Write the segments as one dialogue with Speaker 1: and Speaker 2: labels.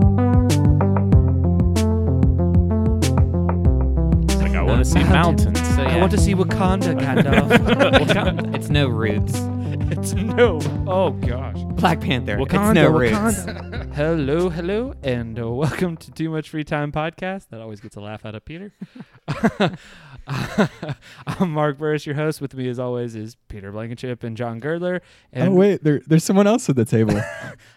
Speaker 1: want to see Wakanda, Gandalf.
Speaker 2: Waka- it's no roots.
Speaker 1: it's no. Oh gosh.
Speaker 2: Black Panther.
Speaker 1: Wakanda,
Speaker 2: it's no roots.
Speaker 1: Wakanda. hello, hello, and uh, welcome to Too Much Free Time podcast. That always gets a laugh out of Peter. I'm Mark Burris, your host. With me, as always, is Peter Blankenship and John Girdler. And
Speaker 3: oh wait, there, there's someone else at the table.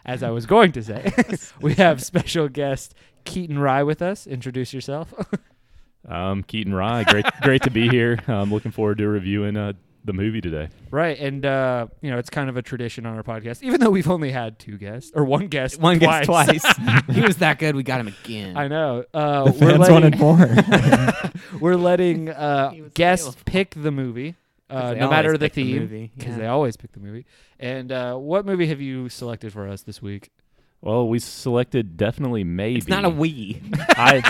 Speaker 1: as I was going to say, we have special guest Keaton Rye with us. Introduce yourself.
Speaker 4: Um, Keaton Rye, great, great to be here. I'm looking forward to reviewing uh, the movie today.
Speaker 1: Right, and uh, you know it's kind of a tradition on our podcast, even though we've only had two guests or one guest,
Speaker 2: One
Speaker 1: twice.
Speaker 2: guess twice. he was that good. We got him again.
Speaker 1: I know.
Speaker 3: the
Speaker 1: Uh, we're
Speaker 3: fans
Speaker 1: letting,
Speaker 3: wanted more.
Speaker 1: we're letting uh,
Speaker 2: He was
Speaker 1: guests
Speaker 2: available.
Speaker 1: pick the movie, uh,
Speaker 2: They
Speaker 1: no
Speaker 2: always
Speaker 1: matter the
Speaker 2: pick the
Speaker 1: theme,
Speaker 2: movie,
Speaker 1: because
Speaker 2: yeah.
Speaker 1: they always pick the movie. And uh, what movie have you selected for us this week?
Speaker 4: Well, we selected definitely maybe.
Speaker 2: It's not a we.
Speaker 4: I,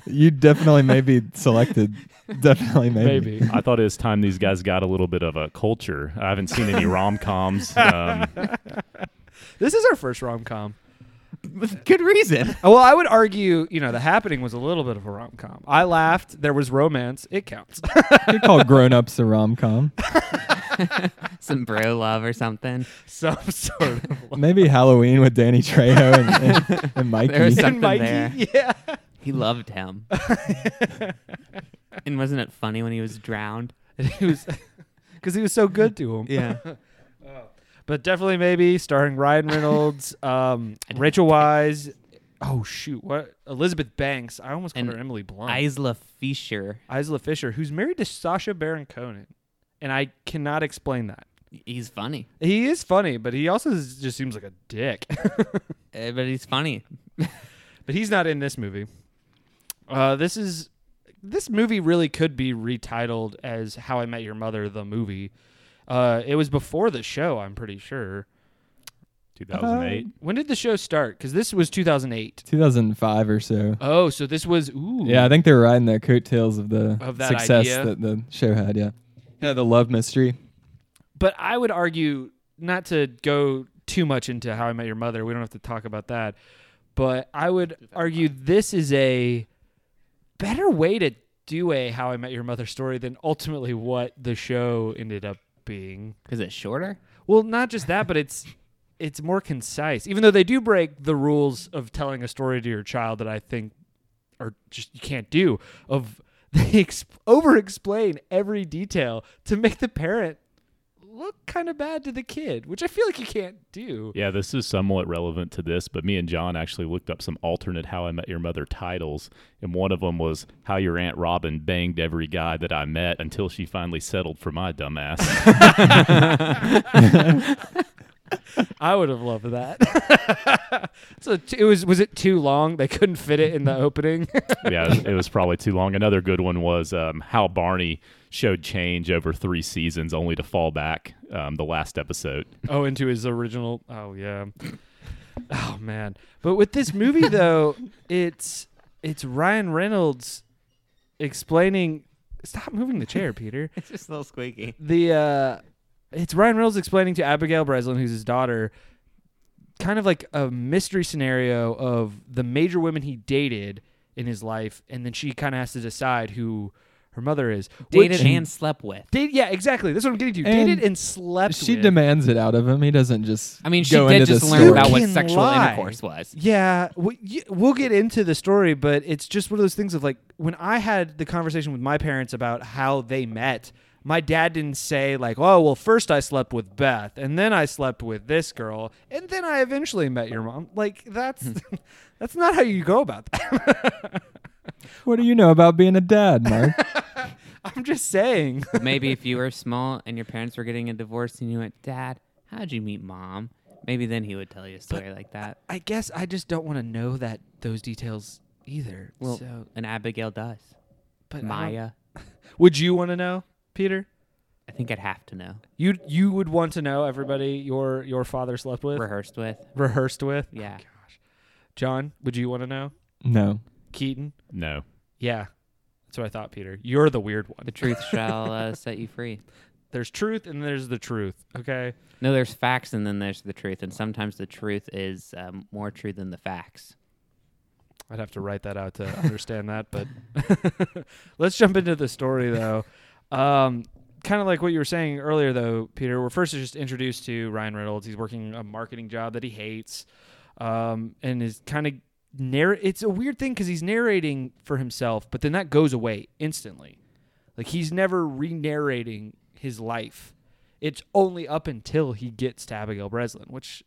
Speaker 2: You.
Speaker 3: you definitely may be selected. Definitely maybe.
Speaker 1: Maybe.
Speaker 4: I thought it was time these guys got a little bit of a culture. I haven't seen any rom coms. Um,
Speaker 1: this is our first rom com.
Speaker 2: With good reason.
Speaker 1: Uh, Well, I would argue, you know, The Happening was a little bit of a rom com. I laughed. There was romance. It counts.
Speaker 3: You call grown ups a rom com.
Speaker 2: Some bro love or something.
Speaker 1: Some sort of.
Speaker 3: Maybe Halloween with Danny Trejo and, and, and Mikey.
Speaker 2: There's some- Something
Speaker 1: And Mikey,
Speaker 2: there.
Speaker 1: yeah.
Speaker 2: He loved him. and wasn't it funny when he was drowned?
Speaker 1: And he was because he was so good to him.
Speaker 2: Yeah.
Speaker 1: But definitely maybe starring Ryan Reynolds, um, Rachel Wise. Oh shoot, what Elizabeth Banks? I almost called
Speaker 2: And
Speaker 1: her Emily Blunt.
Speaker 2: Isla Fisher.
Speaker 1: Isla Fisher, who's married to Sasha Baron Cohen, and I cannot explain that.
Speaker 2: He's funny.
Speaker 1: He is funny, but he also is- just seems like a dick.
Speaker 2: Uh, but he's funny.
Speaker 1: but he's not in this movie. Uh, this is this movie really could be retitled as "How I Met Your Mother" the movie. Uh, it was before the show, I'm pretty sure.
Speaker 4: 2008.
Speaker 1: When did the show start? Because this was 2008.
Speaker 3: 2005 or so.
Speaker 1: Oh, so this was ooh.
Speaker 3: Yeah, I think they were riding the coattails of the
Speaker 1: Of that
Speaker 3: success
Speaker 1: idea.
Speaker 3: that the show had. Yeah. Yeah, the love mystery.
Speaker 1: But I would argue not to go too much into How I Met Your Mother. We don't have to talk about that. But I would argue this is a better way to do a How I Met Your Mother story than ultimately what the show ended up being.
Speaker 2: Because it's shorter?
Speaker 1: Well, not just that, but it's it's more concise. Even though they do break the rules of telling a story to your child that I think are just you can't do of they ex- over explain every detail to make the parent look kind of bad to the kid, which I feel like you can't do.
Speaker 4: Yeah, this is somewhat relevant to this, but me and John actually looked up some alternate How I Met Your Mother titles, and one of them was How Your Aunt Robin Banged Every Guy That I Met Until She Finally Settled for My Dumbass.
Speaker 1: I would have loved that. so t- it was was it too long? They couldn't fit it in the opening.
Speaker 4: yeah, it was probably too long. Another good one was um, how Barney showed change over three seasons, only to fall back um, the last episode.
Speaker 1: Oh, into his original. Oh yeah. Oh man. But with this movie though, it's it's Ryan Reynolds explaining. Stop moving the chair, Peter.
Speaker 2: It's just a little squeaky.
Speaker 1: The uh, it's Ryan Reynolds explaining to Abigail Breslin, who's his daughter, kind of like a mystery scenario of the major women he dated in his life, and then she kind of has to decide who her mother is.
Speaker 2: Dated
Speaker 1: Which-
Speaker 2: and slept with.
Speaker 1: Date- yeah, exactly. That's what I'm getting to.
Speaker 3: And
Speaker 1: dated and slept.
Speaker 3: She
Speaker 1: with.
Speaker 3: demands it out of him. He doesn't just.
Speaker 2: I mean, she
Speaker 3: go
Speaker 2: did
Speaker 3: into
Speaker 2: just
Speaker 3: the
Speaker 2: learn
Speaker 3: story.
Speaker 2: about what
Speaker 1: Fucking
Speaker 2: sexual
Speaker 1: lie.
Speaker 2: intercourse was.
Speaker 1: Yeah, we, y- we'll get into the story, but it's just one of those things of like when I had the conversation with my parents about how they met. My dad didn't say like, "Oh, well, first I slept with Beth, and then I slept with this girl, and then I eventually met your mom." Like that's that's not how you go about that.
Speaker 3: What do you know about being a dad, Mark?
Speaker 1: I'm just saying.
Speaker 2: But maybe if you were small and your parents were getting a divorce and you went, Dad, how'd you meet mom? Maybe then he would tell you a story like that.
Speaker 1: I guess I just don't want to know that those details either.
Speaker 2: Well,
Speaker 1: so,
Speaker 2: and Abigail does.
Speaker 1: but I don't-
Speaker 2: Maya,
Speaker 1: would you want to know, Peter?
Speaker 2: I think I'd have to know.
Speaker 1: You you would want to know everybody your your father slept with,
Speaker 2: Rehearsed with.
Speaker 1: Oh, rehearsed with.
Speaker 2: Yeah.
Speaker 1: John, would you want to know?
Speaker 3: no.
Speaker 1: Keaton?
Speaker 4: No.
Speaker 1: Yeah. That's what I thought, Peter. You're the weird one.
Speaker 2: The truth shall uh, set you free.
Speaker 1: There's truth and there's the truth, okay?
Speaker 2: No, there's facts and then there's the truth. And sometimes the truth is um, more true than the facts.
Speaker 1: I'd have to write that out to understand that. But let's jump into the story, though. Um, kind of like what you were saying earlier, though, Peter. We're first just introduced to Ryan Reynolds. He's working a marketing job that he hates, um, and is kind of narr. It's a weird thing because he's narrating for himself, but then that goes away instantly. Like he's never re-narrating his life. It's only up until he gets to Abigail Breslin, which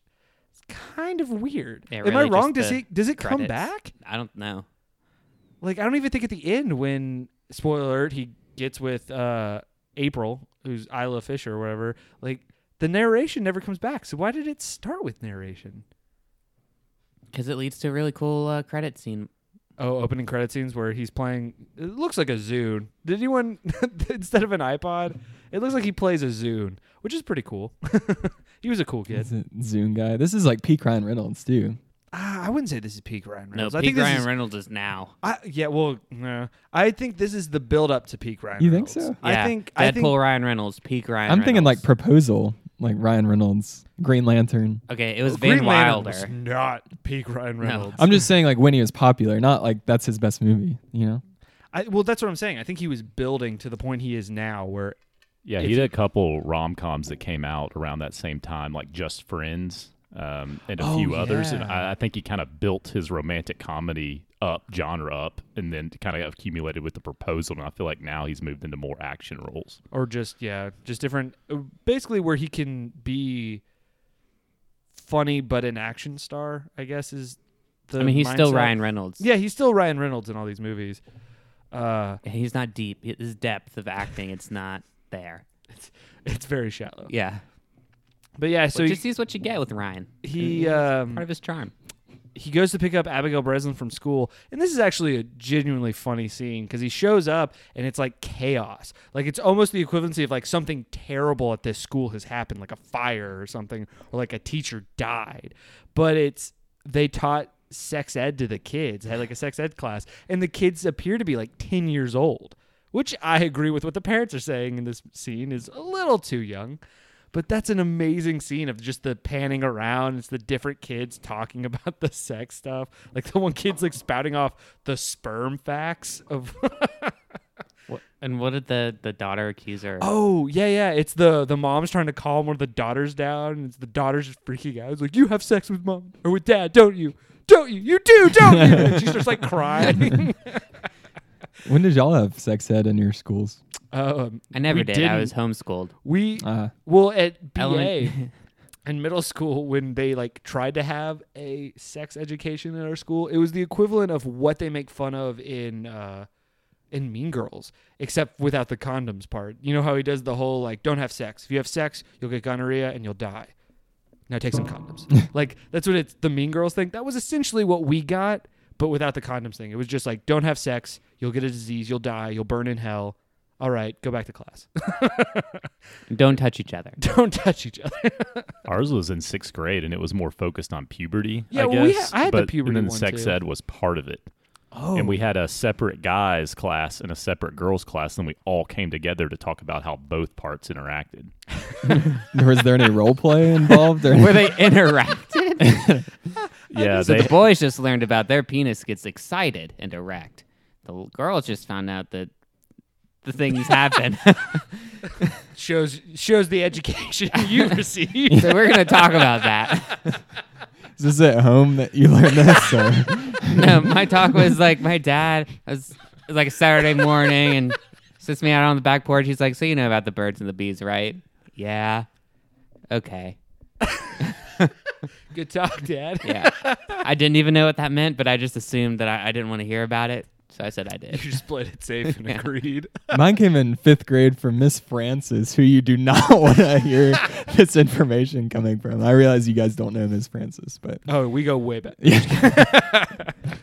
Speaker 1: is kind of weird.
Speaker 2: Yeah,
Speaker 1: Am I
Speaker 2: really,
Speaker 1: wrong?
Speaker 2: just
Speaker 1: Does
Speaker 2: the
Speaker 1: it does it come
Speaker 2: credits.
Speaker 1: back?
Speaker 2: I don't know.
Speaker 1: Like I don't even think at the end when spoiler alert he gets with uh April, who's Isla Fisher or whatever. Like the narration never comes back. So why did it start with narration?
Speaker 2: Because it leads to a really cool uh, credit scene.
Speaker 1: Oh, opening credit scenes where he's playing. It looks like a Zune. Did anyone instead of an iPod? It looks like he plays a Zune, which is pretty cool. he was a cool kid.
Speaker 3: Is it Zoom guy? This is like peak Ryan Reynolds too.
Speaker 1: Ah, I wouldn't say this is peak Ryan
Speaker 2: No,
Speaker 1: Reynolds. I
Speaker 2: Pete
Speaker 1: think this
Speaker 2: Ryan
Speaker 1: is-
Speaker 2: Reynolds is now.
Speaker 1: I, yeah, well, no. I think this is the build up to peak Ryan.
Speaker 3: You think so?
Speaker 1: Reynolds. I
Speaker 2: Yeah,
Speaker 1: think.
Speaker 2: Deadpool
Speaker 1: I think.
Speaker 2: Ryan Reynolds, peak Ryan.
Speaker 3: I'm thinking like
Speaker 2: Reynolds.
Speaker 3: proposal, like Ryan Reynolds, Green Lantern.
Speaker 2: okay, it was
Speaker 1: Green
Speaker 2: Van
Speaker 1: Lantern
Speaker 2: Wilder.
Speaker 1: was not peak Ryan Reynolds.
Speaker 3: I'm just saying like when he was popular, not like that's his best movie. You know,
Speaker 1: I, well, that's what I'm saying. I think he was building to the point he is now, where
Speaker 4: Yeah,
Speaker 1: If
Speaker 4: he did a couple rom coms that came out around that same time, like Just Friends um, and a
Speaker 1: Oh,
Speaker 4: few others. And
Speaker 1: yeah.
Speaker 4: I, I think he kind of built his romantic comedy up, genre up, and then kind of accumulated with the proposal. And I feel like now he's moved into more action roles.
Speaker 1: or just yeah, just different. uh, Basically, where he can be funny but an action star. I guess is the.
Speaker 2: I mean, he's still
Speaker 1: mindset.
Speaker 2: Ryan Reynolds.
Speaker 1: Yeah, he's still Ryan Reynolds in all these movies. Uh,
Speaker 2: he's not deep. His depth of acting, it's not there.
Speaker 1: it's very shallow.
Speaker 2: Yeah,
Speaker 1: But yeah,
Speaker 2: so
Speaker 1: so
Speaker 2: but
Speaker 1: he
Speaker 2: just use what you get with Ryan.
Speaker 1: he,
Speaker 2: And
Speaker 1: um,
Speaker 2: part of his charm.
Speaker 1: he goes to pick up Abigail Breslin from school, and this is actually a genuinely funny scene because he shows up and it's like chaos. Like it's almost the equivalency of like something terrible at this school has happened, like a fire or something, or like a teacher died. But it's they taught sex ed to the kids, had like a sex ed class, and the kids appear to be like ten years old, which I agree with what the parents are saying in this scene is a little too young. But that's an amazing scene of just the panning around. It's the different kids talking about the sex stuff. Like the one kid's like spouting off the sperm facts of
Speaker 2: What, and what did the the daughter accuser?
Speaker 1: Oh, yeah, yeah. It's the the mom's trying to calm one of the daughters down and it's the daughter's just freaking out. It's like, You have sex with mom or with dad, don't you? Don't you? You do, don't you? And she starts like crying.
Speaker 3: when did y'all have sex ed in your schools?
Speaker 1: um,
Speaker 2: I never
Speaker 1: we
Speaker 2: did. I
Speaker 1: didn't-
Speaker 2: was homeschooled.
Speaker 1: we
Speaker 3: Uh,
Speaker 1: Well, at BA
Speaker 2: Element-
Speaker 1: in middle school, when they like tried to have a sex education in our school, it was the equivalent of what they make fun of in uh, in Mean Girls, except without the condoms part. You know how he does the whole like, "Don't have sex. If you have sex, you'll get gonorrhea and you'll die." Now take some condoms. like that's what it's the Mean Girls thing. That was essentially what we got, but without the condoms thing. It was just like, "Don't have sex. You'll get a disease. You'll die. You'll burn in hell." All right, go back to class.
Speaker 2: Don't touch each other.
Speaker 1: Don't touch each other.
Speaker 4: Ours was in sixth grade, and it was more focused on puberty.
Speaker 1: Yeah,
Speaker 4: I
Speaker 1: well, we
Speaker 4: guess,
Speaker 1: had- I had the
Speaker 4: but,
Speaker 1: puberty
Speaker 4: and then
Speaker 1: one,
Speaker 4: sex
Speaker 1: too.
Speaker 4: ed was part of it.
Speaker 1: Oh,
Speaker 4: And we had a separate guys class and a separate girls class, and we all came together to talk about how both parts interacted.
Speaker 3: was there any role play involved? Or
Speaker 2: Where they interacted.
Speaker 4: Yeah,
Speaker 2: so
Speaker 4: they,
Speaker 2: the boys just learned about their penis gets excited and erect. The l- girls just found out that the things happen.
Speaker 1: shows shows the education you received.
Speaker 2: so we're gonna talk about that.
Speaker 3: is this at home that you learned this? Or?
Speaker 2: No, my talk was like my dad. It was, it was like a Saturday morning and sits me out on the back porch. He's like, "So you know about the birds and the bees, right?" Yeah. Okay.
Speaker 1: Good talk, Dad.
Speaker 2: Yeah. I didn't even know what that meant, but I just assumed that I, I didn't want to hear about it, so I said I
Speaker 1: You
Speaker 2: did.
Speaker 1: just played it safe and agreed.
Speaker 3: Mine came in fifth grade from Miss Francis, who you do not want to hear this information coming from. I realize you guys don't know Miss Francis, but
Speaker 1: Oh, we go way back.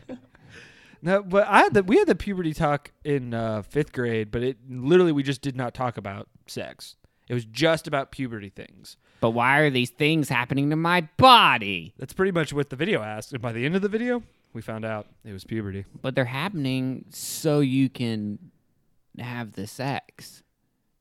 Speaker 1: no, but I had the, we had the puberty talk in uh, fifth grade, but it literally we just did not talk about sex. It was just about puberty things.
Speaker 2: But why are these things happening to my body?
Speaker 1: That's pretty much what the video asked. And by the end of the video, we found out it was puberty.
Speaker 2: But they're happening so you can have the sex.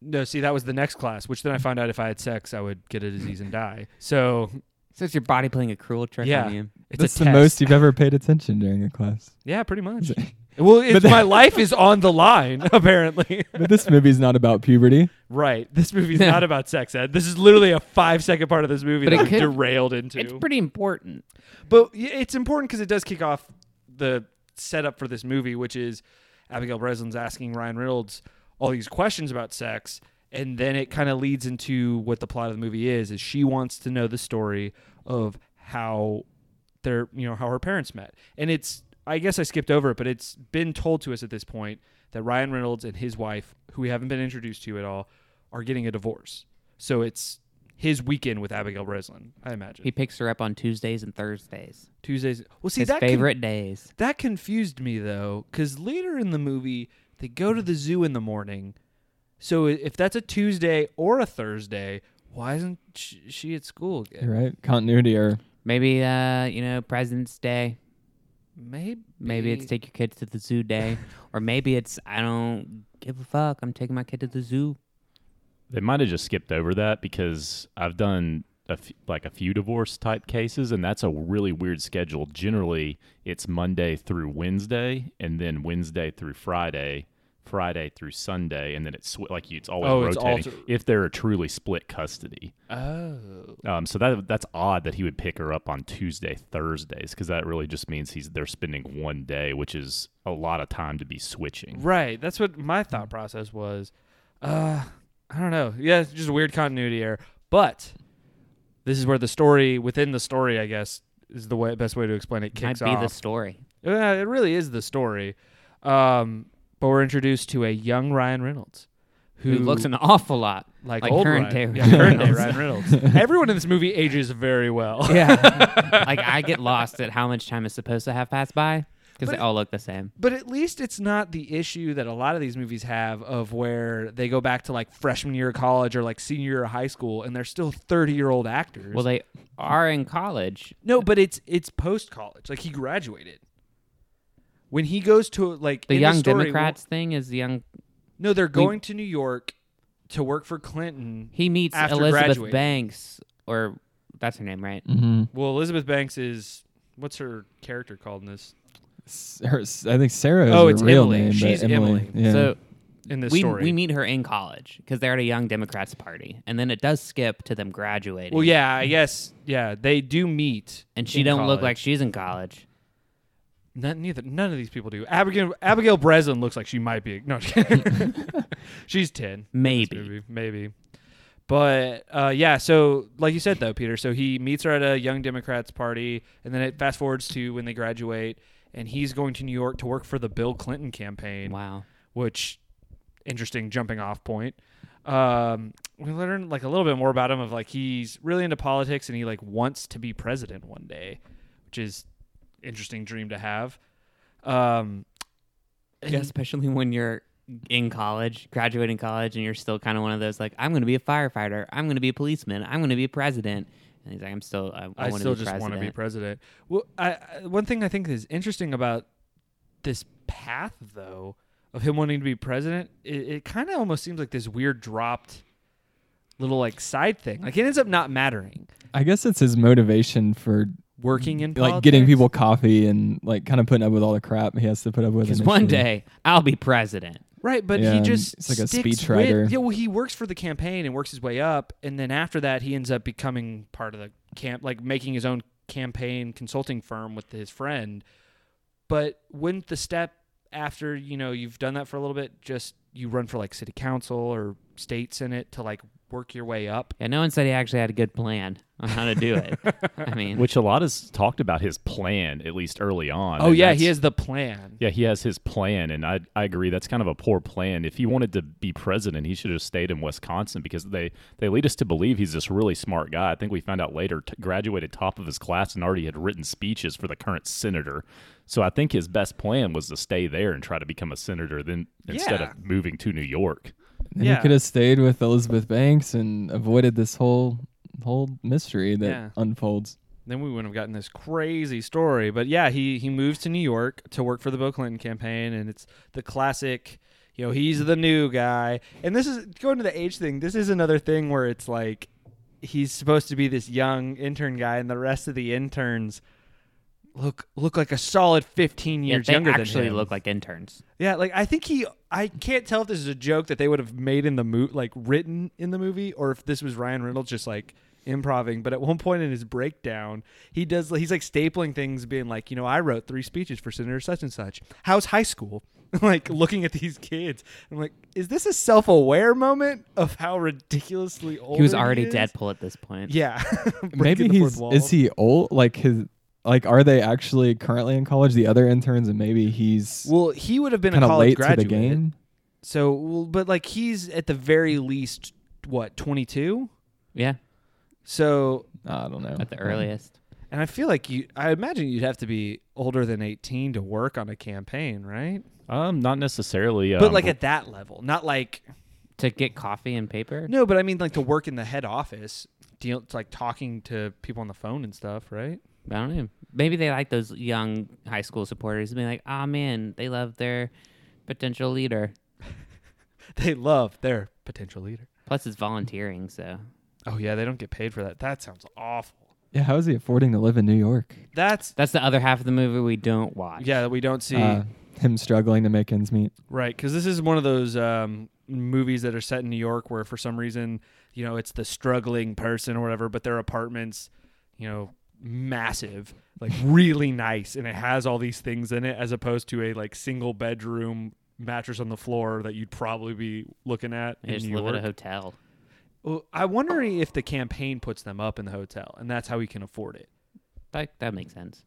Speaker 1: No, see, that was the next class, which then I found out if I had sex, I would get a disease and die. So
Speaker 2: So it's your body playing a cruel trick
Speaker 1: yeah,
Speaker 2: on you.
Speaker 1: it's
Speaker 3: That's
Speaker 1: a
Speaker 3: the
Speaker 1: test.
Speaker 3: most you've ever paid attention during a class.
Speaker 1: Yeah, pretty much. well, it's,
Speaker 3: But-
Speaker 1: my life is on the line apparently.
Speaker 3: But this movie's not about puberty.
Speaker 1: right. This movie's not about sex ed. This is literally a five second part of this movie
Speaker 2: But
Speaker 1: that
Speaker 2: it
Speaker 1: we
Speaker 2: could-
Speaker 1: derailed into.
Speaker 2: It's pretty important.
Speaker 1: But y- it's important because it does kick off the setup for this movie, which is Abigail Breslin's asking Ryan Reynolds all these questions about sex, and then it kind of leads into what the plot of the movie is: is she wants to know the story of how their, you know, how her parents met, and it's. I guess I skipped over it, but it's been told to us at this point that Ryan Reynolds and his wife, who we haven't been introduced to at all, are getting a divorce. So it's his weekend with Abigail Breslin, I imagine.
Speaker 2: He picks her up on Tuesdays and Thursdays.
Speaker 1: Tuesdays. Well, see
Speaker 2: His
Speaker 1: that con-
Speaker 2: favorite days.
Speaker 1: that confused me though, because later in the movie they go to the zoo in the morning. So i- if that's a Tuesday or a Thursday, why isn't sh- she at school again?
Speaker 3: You're right. Continuity or
Speaker 2: Maybe uh, you know, President's Day.
Speaker 1: Maybe.
Speaker 2: Maybe it's take your kids to the zoo day. or maybe it's I don't give a fuck. I'm taking my kid to the zoo.
Speaker 4: They might have just skipped over that because I've done a f- like a few divorce type cases, and that's a really weird schedule. Generally, it's Monday through Wednesday, and then Wednesday through Friday, Friday through Sunday, and then it's sw- like you, it's always
Speaker 1: Oh, it's
Speaker 4: rotating.
Speaker 1: alter-
Speaker 4: if they're a truly split custody,
Speaker 1: oh.
Speaker 4: um, so that that's odd that he would pick her up on Tuesday, Thursdays, because that really just means he's they're spending one day, which is a lot of time to be switching.
Speaker 1: Right. That's what my thought process was. Uh, I don't know. Yeah, it's just a weird continuity error. But this is where the story within the story, I guess, is the way, best way to explain it. Kicks
Speaker 2: Might be
Speaker 1: off.
Speaker 2: the story.
Speaker 1: Yeah, it really is the story. Um, but we're introduced to a young Ryan Reynolds
Speaker 2: Who looks an awful lot
Speaker 1: like,
Speaker 2: like
Speaker 1: old
Speaker 2: current
Speaker 1: Ryan.
Speaker 2: day
Speaker 1: yeah,
Speaker 2: Ryan
Speaker 1: current day
Speaker 2: Reynolds.
Speaker 1: Ryan Reynolds. Everyone in this movie ages very well.
Speaker 2: Yeah. like I get lost at how much time is supposed to have passed by because
Speaker 1: But
Speaker 2: they
Speaker 1: it-
Speaker 2: all look the same.
Speaker 1: But at least it's not the issue that a lot of these movies have of where they go back to like freshman year of college or like senior year of high school and they're still 30 year old actors.
Speaker 2: Well, they are in college.
Speaker 1: no, but it's it's post college. Like he graduated. When he goes to like
Speaker 2: The
Speaker 1: in
Speaker 2: Young
Speaker 1: story-
Speaker 2: Democrats thing is the young.
Speaker 1: No, they're going to New York to work for Clinton.
Speaker 2: He meets
Speaker 1: After
Speaker 2: Elizabeth
Speaker 1: graduating.
Speaker 2: Banks, or that's her name, right?
Speaker 3: mm-hmm.
Speaker 1: Well, Elizabeth Banks is what's her character called in this
Speaker 3: her, I think Sarah. Is
Speaker 1: Oh,
Speaker 3: her
Speaker 1: it's
Speaker 3: real
Speaker 1: Emily.
Speaker 3: Name, but
Speaker 1: She's
Speaker 3: Emily.
Speaker 1: Emily.
Speaker 3: Yeah.
Speaker 2: So
Speaker 1: in this
Speaker 2: we
Speaker 1: story?
Speaker 2: we meet her in college because they're at a Young Democrats party, and then it does skip to them graduating.
Speaker 1: well, yeah, I guess yeah, they do meet,
Speaker 2: and she
Speaker 1: in
Speaker 2: don't look
Speaker 1: college.
Speaker 2: like she's in college.
Speaker 1: None, neither none of these people do. Abigail Abigail Breslin looks like she might be no, I'm just kidding. she's ten. in this
Speaker 2: Maybe.
Speaker 1: movie, maybe. But uh, yeah, so like you said though, Peter. So he meets her at a Young Democrats party, and then it fast forwards to when they graduate, and he's going to New York to work for the Bill Clinton campaign.
Speaker 2: Wow.
Speaker 1: which interesting jumping off point. Um, we learn like a little bit more about him of like he's really into politics and he like wants to be president one day, which is interesting dream to have. Um, and-
Speaker 2: Yeah, especially when you're in college, graduating college, and you're still kind of one of those like, I'm going to be a firefighter, I'm going to be a policeman, I'm going to be a president. And he's like, I'm still, I,
Speaker 1: I,
Speaker 2: want
Speaker 1: still
Speaker 2: to be
Speaker 1: just
Speaker 2: president.
Speaker 1: want to be president. Well, I, I, one thing I think is interesting about this path, though, of him wanting to be president, it, it kind of almost seems like this weird dropped little like side thing. Like it ends up not mattering.
Speaker 3: I guess it's his motivation for
Speaker 1: Working in
Speaker 3: like getting
Speaker 1: politics.
Speaker 3: people coffee and like kind of putting up with all the crap he has to put up with.
Speaker 2: Because one
Speaker 3: initially.
Speaker 2: day I'll be president.
Speaker 1: Right, but
Speaker 3: Yeah,
Speaker 1: he
Speaker 3: and
Speaker 1: just
Speaker 3: it's like a
Speaker 1: sticks
Speaker 3: speechwriter.
Speaker 1: With, yeah, well, he works for the campaign and works his way up, and then after that, he ends up becoming part of the camp, like making his own campaign consulting firm with his friend. But wouldn't the step after you know you've done that for a little bit, just you run for like city council or state senate to like work your way up?
Speaker 2: Yeah, no one said he actually had a good plan on how to do it. I mean,
Speaker 4: Which a lot has talked about his plan, at least early on.
Speaker 1: Oh
Speaker 4: and
Speaker 1: yeah,
Speaker 4: that's-
Speaker 1: he has the plan.
Speaker 4: Yeah, he has his plan, and I, I agree. That's kind of a poor plan. If he wanted to be president, he should have stayed in Wisconsin because they, they lead us to believe he's this really smart guy. I think we found out later, t- graduated top of his class and already had written speeches for the current senator. So I think his best plan was to stay there and try to become a senator then instead
Speaker 1: Yeah.
Speaker 4: of moving to New York.
Speaker 3: And
Speaker 1: Yeah.
Speaker 3: he could have stayed with Elizabeth Banks and avoided this whole whole mystery that
Speaker 1: Yeah.
Speaker 3: unfolds.
Speaker 1: then we wouldn't have gotten this crazy story. But yeah, he he moves to New York to work for the Bill Clinton campaign, and it's the classic. You know, he's the new guy, and this is going to the age thing. This is another thing where it's like he's supposed to be this young intern guy, and the rest of the interns look look like a solid fifteen
Speaker 2: Yeah,
Speaker 1: years
Speaker 2: they
Speaker 1: younger
Speaker 2: actually
Speaker 1: than him.
Speaker 2: look like interns.
Speaker 1: yeah, like I think he. I can't tell if this is a joke that they would have made in the mo- like written in the movie, or if this was Ryan Reynolds just like improving. But at one point in his breakdown, he does. He's like stapling things, being like, you know, I wrote three speeches for Senator such and such. How's high school? like looking at these kids, I'm like, is this a self-aware moment of how ridiculously old
Speaker 2: He was already
Speaker 1: is?
Speaker 2: Deadpool at this point.
Speaker 1: Yeah.
Speaker 3: Maybe he's is he old? Like his like are they actually currently in college? The other interns and maybe he's
Speaker 1: Well, he would have been a
Speaker 3: kind of
Speaker 1: college
Speaker 3: late
Speaker 1: graduate.
Speaker 3: to the game.
Speaker 1: So, well, but like he's at the very least what, 22?
Speaker 2: Yeah,
Speaker 1: So,
Speaker 3: I don't know.
Speaker 2: at the earliest.
Speaker 1: and I feel like you I imagine you'd have to be older than 18 to work on a campaign, right?
Speaker 4: Um, not necessarily.
Speaker 1: but
Speaker 4: um,
Speaker 1: like at that level, not like
Speaker 2: To get coffee and paper?
Speaker 1: No, but I mean like to work in the head office, deal like talking to people on the phone and stuff, right?
Speaker 2: I don't know. Maybe they like those young high school supporters and be like, ah, man, they love their potential leader.
Speaker 1: They love their potential leader.
Speaker 2: Plus, it's volunteering, so.
Speaker 1: Oh yeah, they don't get paid for that. That sounds awful.
Speaker 3: Yeah, how is he affording to live in New York?
Speaker 1: That's
Speaker 2: That's the other half of the movie we don't watch.
Speaker 1: yeah, we don't see
Speaker 3: Uh, him struggling to make ends meet.
Speaker 1: Right, because this is one of those um, movies that are set in New York, where for some reason, you know, it's the struggling person or whatever, but their apartments, you know, massive, like really nice, and it has all these things in it, as opposed to a like single bedroom mattress on the floor that you'd probably be looking at
Speaker 2: They
Speaker 1: in
Speaker 2: just
Speaker 1: New
Speaker 2: live at a
Speaker 1: York.
Speaker 2: hotel.
Speaker 1: Well, I'm wondering if the campaign puts them up in the hotel, and that's how he can afford it,
Speaker 2: That, that makes sense.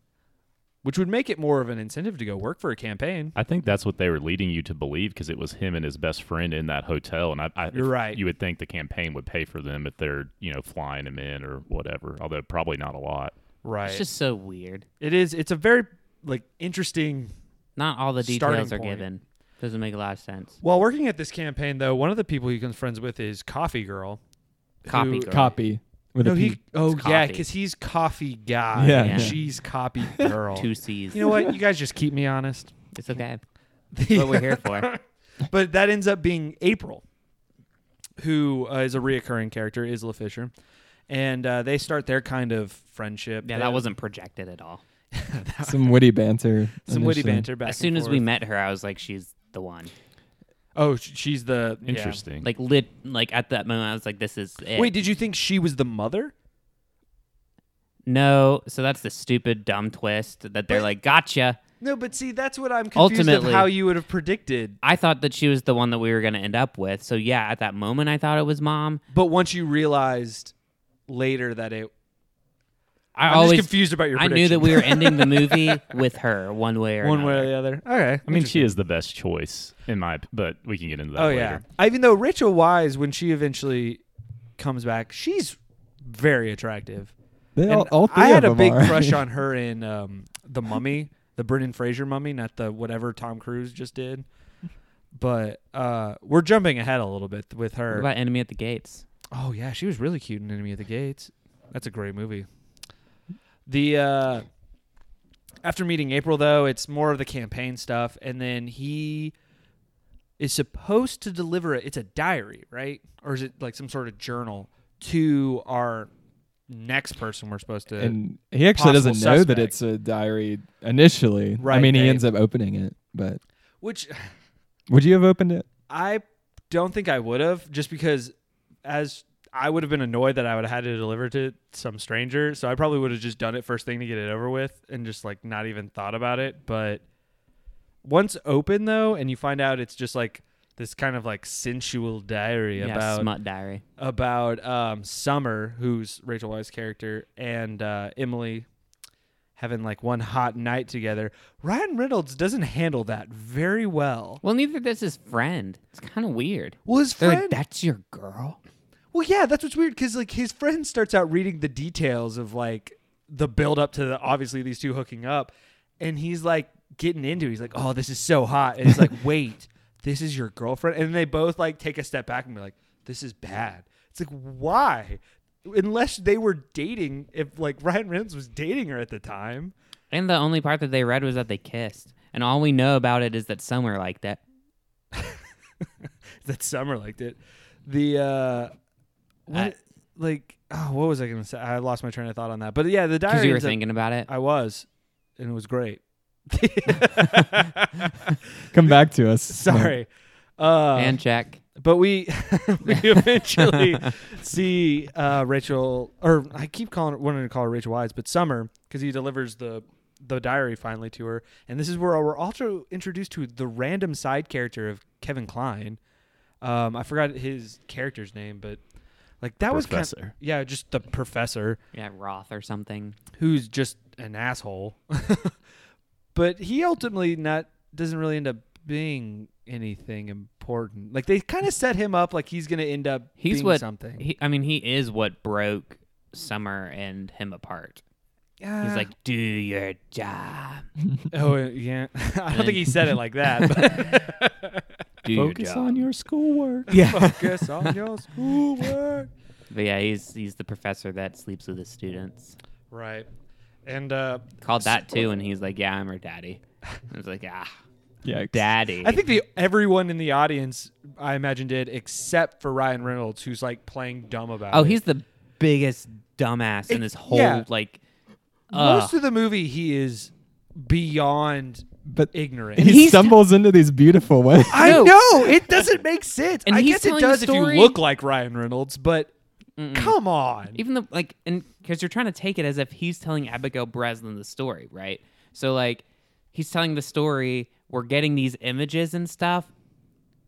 Speaker 1: which would make it more of an incentive to go work for a campaign.
Speaker 4: I think that's what they were leading you to believe because it was him and his best friend in that hotel, and I, I
Speaker 1: You're right.
Speaker 4: You would think the campaign would pay for them if they're you know flying him in or whatever, although probably not a lot.
Speaker 1: Right.
Speaker 2: It's just so weird.
Speaker 1: it is. It's a very like interesting
Speaker 2: Not all the
Speaker 1: Starting
Speaker 2: details are
Speaker 1: point.
Speaker 2: given. Doesn't make a lot of sense.
Speaker 1: While working at this campaign, though, one of the people he becomes friends with is Coffee Girl.
Speaker 2: Coffee
Speaker 1: who-
Speaker 2: Girl.
Speaker 3: Copy with
Speaker 1: No,
Speaker 3: a
Speaker 1: he.
Speaker 3: P.
Speaker 1: Oh
Speaker 2: It's
Speaker 1: yeah,
Speaker 2: coffee.
Speaker 1: because he's Coffee Guy.
Speaker 3: Yeah.
Speaker 1: and
Speaker 2: Yeah.
Speaker 1: she's Coffee Girl.
Speaker 2: Two C's.
Speaker 1: you know what? You guys just keep me honest.
Speaker 2: It's okay. That's what we're here for.
Speaker 1: but that ends up being April, who uh, is a reoccurring character, Isla Fisher, and uh, they start their kind of friendship.
Speaker 2: Yeah,
Speaker 1: They-
Speaker 2: that wasn't projected at all.
Speaker 3: some witty banter.
Speaker 1: some witty
Speaker 3: initially.
Speaker 1: banter. Back
Speaker 2: As soon
Speaker 1: and
Speaker 2: as we
Speaker 1: forth.
Speaker 2: met her, I was like, she's the one.
Speaker 1: oh, sh- she's the yeah.
Speaker 4: Interesting.
Speaker 2: Like, lit, like at that moment, I was like, this is it.
Speaker 1: Wait, did you think she was the mother?
Speaker 2: No, so that's the stupid dumb twist that they're like, gotcha.
Speaker 1: No, but see, that's what I'm confused
Speaker 2: Ultimately-
Speaker 1: of how you would have predicted.
Speaker 2: I thought that she was the one that we were going to end up with. So yeah, at that moment, I thought it was mom.
Speaker 1: But once you realized later that it,
Speaker 2: I
Speaker 1: I'm
Speaker 2: always
Speaker 1: just confused about your.
Speaker 2: I knew that we were ending the movie with her one way or
Speaker 1: one way
Speaker 2: another.
Speaker 1: or the other. Okay,
Speaker 4: I mean, she is the best choice in my, but we can get into that.
Speaker 1: Oh
Speaker 4: later.
Speaker 1: yeah. Even though Rachel Wise, when she eventually comes back, she's very attractive.
Speaker 3: They all,
Speaker 1: And
Speaker 3: all three
Speaker 1: I had
Speaker 3: of
Speaker 1: a
Speaker 3: them
Speaker 1: big
Speaker 3: are.
Speaker 1: crush on her in um, the Mummy, the Brendan Fraser Mummy, not the whatever Tom Cruise just did. But uh, we're jumping ahead a little bit with
Speaker 2: What
Speaker 1: her.
Speaker 2: about Enemy at the Gates?
Speaker 1: Oh yeah, she was really cute in Enemy of the Gates. That's a great movie. The uh after meeting April though, it's more of the campaign stuff and then he is supposed to deliver it. It's a diary, right? Or is it like some sort of journal to our next person we're supposed to
Speaker 3: and he actually
Speaker 1: possible
Speaker 3: doesn't know that
Speaker 1: suspect.
Speaker 3: it's a diary initially. I
Speaker 1: Right,
Speaker 3: mean, he
Speaker 1: they-
Speaker 3: ends up opening it, but
Speaker 1: which
Speaker 3: would you have opened it?
Speaker 1: I don't think I would have, just because as I would have been annoyed that I would have had to deliver to some stranger. So I probably would have just done it first thing to get it over with and just like not even thought about it. But once open though, and you find out it's just like this kind of like sensual diary
Speaker 2: yeah,
Speaker 1: about
Speaker 2: Smut Diary.
Speaker 1: about um, Summer, who's Rachel Weisz' character, and uh, Emily having like one hot night together. Ryan Reynolds doesn't handle that very well.
Speaker 2: Well, neither does his friend. It's kind of weird.
Speaker 1: Well, his
Speaker 2: They're
Speaker 1: friend
Speaker 2: like, that's your girl.
Speaker 1: Well, yeah, that's what's weird because like his friend starts out reading the details of like the build up to the, obviously these two hooking up, and he's like getting into. it. He's like, "Oh, this is so hot," and he's like, "Wait, this is your girlfriend?" And they both like take a step back and be like, "This is bad." It's like, why? Unless they were dating, if like Ryan Reynolds was dating her at the time,
Speaker 2: And the only part that they read was that they kissed. And all we know about it is that somewhere like that.
Speaker 1: that Summer liked it. The uh, what,
Speaker 2: I-
Speaker 1: like oh, what was I going to say? I lost my train of thought on that. But yeah, the
Speaker 2: Because
Speaker 1: diary.
Speaker 2: you were
Speaker 1: ends up-
Speaker 2: thinking about it.
Speaker 1: I was, and it was great.
Speaker 3: Come back to us.
Speaker 1: Sorry. Uh,
Speaker 2: and check.
Speaker 1: but we we eventually see uh, Rachel, or I keep calling wanting to call her Rachel Wise, but Summer, because he delivers the the diary finally to her, and this is where we're also introduced to the random side character of Kevin Klein. Um, I forgot his character's name, but like that was kind
Speaker 4: Professor.
Speaker 1: yeah, just the professor
Speaker 2: Yeah, Roth or something.
Speaker 1: who's just an asshole. but he ultimately not doesn't really end up being anything important. Like they kind of set him up like he's going to end up
Speaker 2: He's
Speaker 1: being
Speaker 2: what
Speaker 1: something.
Speaker 2: He, I mean, he is what broke Summer and him apart. He's
Speaker 1: Ah.
Speaker 2: like, do your job.
Speaker 1: oh yeah. I don't think he said it like that. but-
Speaker 2: Do
Speaker 4: Focus
Speaker 2: your job.
Speaker 4: on your schoolwork.
Speaker 1: Focus on your schoolwork.
Speaker 2: But yeah, he's he's the professor that sleeps with his students.
Speaker 1: Right. And uh,
Speaker 2: Called that too, and he's like, "Yeah, I'm her daddy." I was like, "Ah,
Speaker 3: Yeah.
Speaker 2: daddy."
Speaker 1: I think the everyone in the audience, I imagine, did except for Ryan Reynolds, who's like playing dumb about it.
Speaker 2: Oh, he's the biggest dumbass in
Speaker 1: It-
Speaker 2: this whole
Speaker 1: yeah.
Speaker 2: like.
Speaker 1: most
Speaker 2: ugh.
Speaker 1: of the movie. He is beyond
Speaker 3: But
Speaker 1: ignorant.
Speaker 3: he
Speaker 2: he's-
Speaker 3: stumbles into these beautiful ways.
Speaker 1: I
Speaker 2: No.
Speaker 1: know it doesn't make sense.
Speaker 2: And
Speaker 1: I
Speaker 2: he's
Speaker 1: guess it
Speaker 2: telling the
Speaker 1: does if you
Speaker 2: story-
Speaker 1: look like Ryan Reynolds, but
Speaker 2: Mm-mm.
Speaker 1: come on.
Speaker 2: even though like and because you're trying to take it as if he's telling abigail breslin the story right so like he's telling the story we're getting these images and stuff